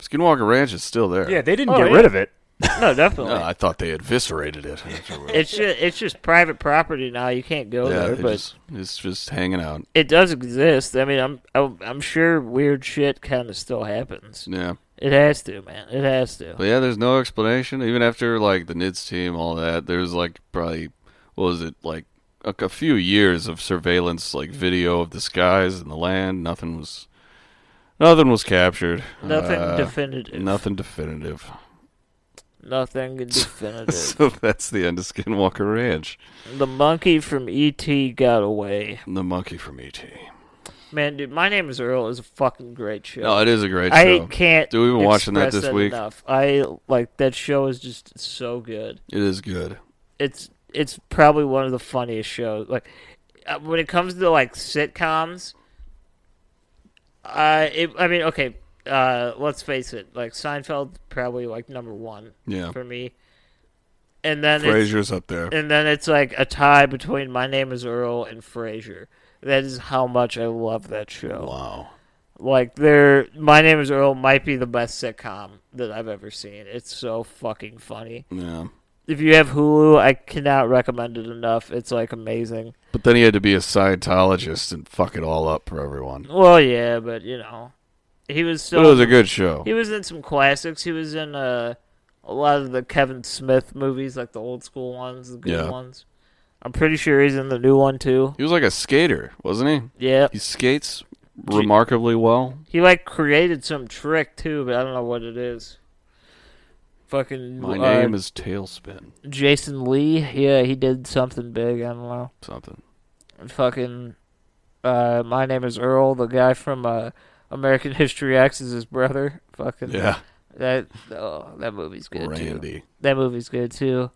Speaker 3: Skinwalker Ranch is still there.
Speaker 4: Yeah, they didn't
Speaker 2: Oh,
Speaker 4: get
Speaker 2: yeah.
Speaker 4: rid of it.
Speaker 2: No, definitely.
Speaker 3: No, I thought they eviscerated it. yeah,
Speaker 2: it's just it's just private property now. You can't go there,
Speaker 3: it
Speaker 2: but
Speaker 3: just, it's just hanging out.
Speaker 2: it does exist. I mean, I'm I'm, I'm sure weird shit kind of still happens.
Speaker 3: Yeah.
Speaker 2: It has to, man. It has to.
Speaker 3: But yeah, there's no explanation. Even after like the NIDS team, all that, there's like probably what was it like a, a few years of surveillance, like video of the skies and the land. Nothing was, nothing was captured.
Speaker 2: Nothing
Speaker 3: Uh,
Speaker 2: definitive.
Speaker 3: Nothing definitive.
Speaker 2: Nothing definitive.
Speaker 3: So that's the end of Skinwalker Ranch.
Speaker 2: the monkey from E.T. got away.
Speaker 3: The monkey from E ET.
Speaker 2: Man, dude, my name is Earl is a fucking great show.
Speaker 3: No, Oh, it is a great
Speaker 2: I
Speaker 3: show.
Speaker 2: can't.
Speaker 3: Dude, we've been watching that
Speaker 2: express
Speaker 3: this week.
Speaker 2: Enough. I like that show is just so good.
Speaker 3: It is good.
Speaker 2: It's it's probably one of the funniest shows. Like uh, when it comes to like sitcoms, I it, I mean, okay, uh, let's face it. Like Seinfeld, probably like number one
Speaker 3: Yeah.
Speaker 2: for me. and then it's,
Speaker 3: Frazier's up there.
Speaker 2: and then it's like a tie between My Name Is Earl and Frasier. That is how much I love that show.
Speaker 3: Wow.
Speaker 2: Like, there, My Name Is Earl might be the best sitcom that I've ever seen. It's so fucking funny.
Speaker 3: Yeah.
Speaker 2: If you have Hulu, I cannot recommend it enough. It's like amazing.
Speaker 3: But then he had to be a Scientologist and fuck it all up for everyone.
Speaker 2: Well, yeah, but you know, he was still.
Speaker 3: But it was a good show.
Speaker 2: He was in some classics. He was in uh, a lot of the Kevin Smith movies, like the old school ones, the good
Speaker 3: Yeah.
Speaker 2: ones. I'm pretty sure he's in the new one too.
Speaker 3: He was like a skater, wasn't
Speaker 2: Yeah,
Speaker 3: he? He skates remarkably well.
Speaker 2: he like created some trick too, but I don't know what it is. Fucking
Speaker 3: My
Speaker 2: uh,
Speaker 3: name is Tailspin.
Speaker 2: Jason Lee. Yeah, he did something big. I don't know.
Speaker 3: Something.
Speaker 2: Fucking. Uh, my name is Earl. The guy from uh, American History X is his brother. Fucking
Speaker 3: Yeah.
Speaker 2: That oh, that movie's good too.
Speaker 3: Randy.
Speaker 2: That movie's good too.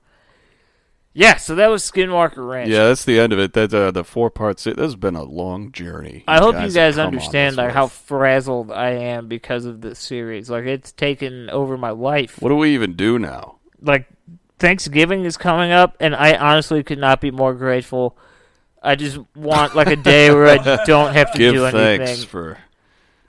Speaker 2: Yeah, so that was Skinwalker Ranch.
Speaker 3: Yeah, that's the end of it. That uh, the four parts. This has been a long journey.
Speaker 2: I hope you guys
Speaker 3: come on
Speaker 2: understand
Speaker 3: this
Speaker 2: like how
Speaker 3: way.
Speaker 2: frazzled I am because of this series. Like it's taken over my life.
Speaker 3: What do we even do now?
Speaker 2: Like Thanksgiving is coming up, and I honestly could not be more grateful. I just want like a day where I don't have to
Speaker 3: Give
Speaker 2: do anything.
Speaker 3: thanks for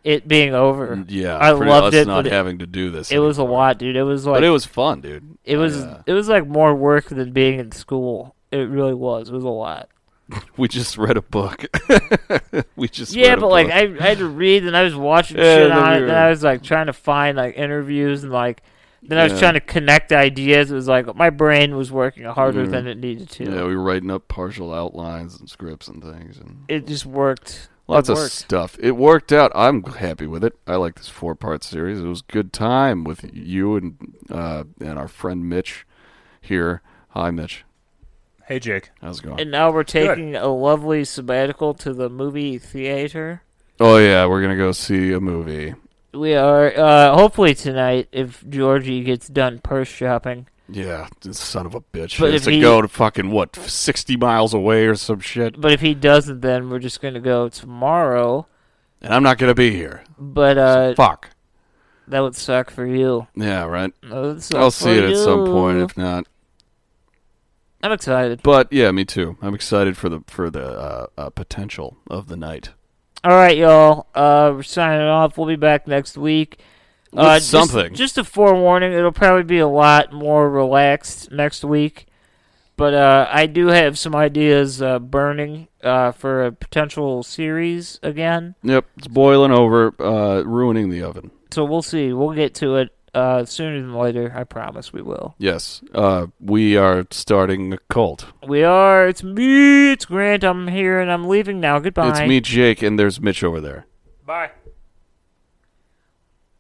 Speaker 2: it being over.
Speaker 3: yeah.
Speaker 2: I
Speaker 3: for
Speaker 2: loved
Speaker 3: us
Speaker 2: it.
Speaker 3: not
Speaker 2: but it,
Speaker 3: having to do this.
Speaker 2: it was a
Speaker 3: anymore.
Speaker 2: lot, dude. It was like
Speaker 3: but it was fun, dude. uh,
Speaker 2: It was
Speaker 3: Yeah.
Speaker 2: it was like more work than being in school. It really was. It was a lot.
Speaker 3: We just read a book. we just
Speaker 2: yeah,
Speaker 3: read a
Speaker 2: but like
Speaker 3: book.
Speaker 2: I, I had to read, and I was watching
Speaker 3: Yeah,
Speaker 2: shit
Speaker 3: then
Speaker 2: on
Speaker 3: we
Speaker 2: it,
Speaker 3: were-
Speaker 2: and I was like trying to find like interviews and like. Then I was
Speaker 3: Yeah.
Speaker 2: trying to connect ideas. It was like my brain was working harder than it needed to.
Speaker 3: Mm. yeah, we were writing up partial outlines and scripts and things and
Speaker 2: It just worked.
Speaker 3: lots
Speaker 2: it
Speaker 3: of
Speaker 2: worked.
Speaker 3: stuff. It worked out. I'm happy with it. I like this four part series. It was a good time with you and uh, and our friend Mitch here. Hi, Mitch.
Speaker 4: Hey, Jake.
Speaker 3: How's it going?
Speaker 2: And now we're taking a lovely sabbatical to the movie theater.
Speaker 3: oh yeah, we're gonna go see a movie.
Speaker 2: We are uh, hopefully tonight if Georgie gets done purse shopping.
Speaker 3: Yeah, this son of a bitch.
Speaker 2: But
Speaker 3: He has
Speaker 2: if
Speaker 3: to
Speaker 2: he-
Speaker 3: go to fucking what sixty miles away or some shit,
Speaker 2: But if he doesn't, then we're just gonna go tomorrow.
Speaker 3: and I'm not gonna be here.
Speaker 2: But
Speaker 3: So
Speaker 2: uh,
Speaker 3: fuck.
Speaker 2: That would suck for you.
Speaker 3: Yeah, right.
Speaker 2: That would suck
Speaker 3: I'll see
Speaker 2: for
Speaker 3: it at some point
Speaker 2: you.
Speaker 3: if not.
Speaker 2: I'm excited.
Speaker 3: But yeah, me too. I'm excited for the for the uh, uh, potential of the night.
Speaker 2: All right, y'all. Uh, we're signing off. We'll be back next week.
Speaker 3: With
Speaker 2: uh, just-
Speaker 3: something.
Speaker 2: Just, a forewarning. It'll probably be a lot more relaxed next week. But uh, I do have some ideas uh, burning uh, for a potential series again.
Speaker 3: Yep, it's boiling over, uh, ruining the oven.
Speaker 2: So we'll see. We'll get to it uh, sooner than later. I promise we will.
Speaker 3: Yes, uh, we are starting a cult.
Speaker 2: We are. It's me. It's Grant. I'm here and I'm leaving now. Goodbye.
Speaker 3: It's me, Jake, and there's Mitch over there.
Speaker 4: Bye.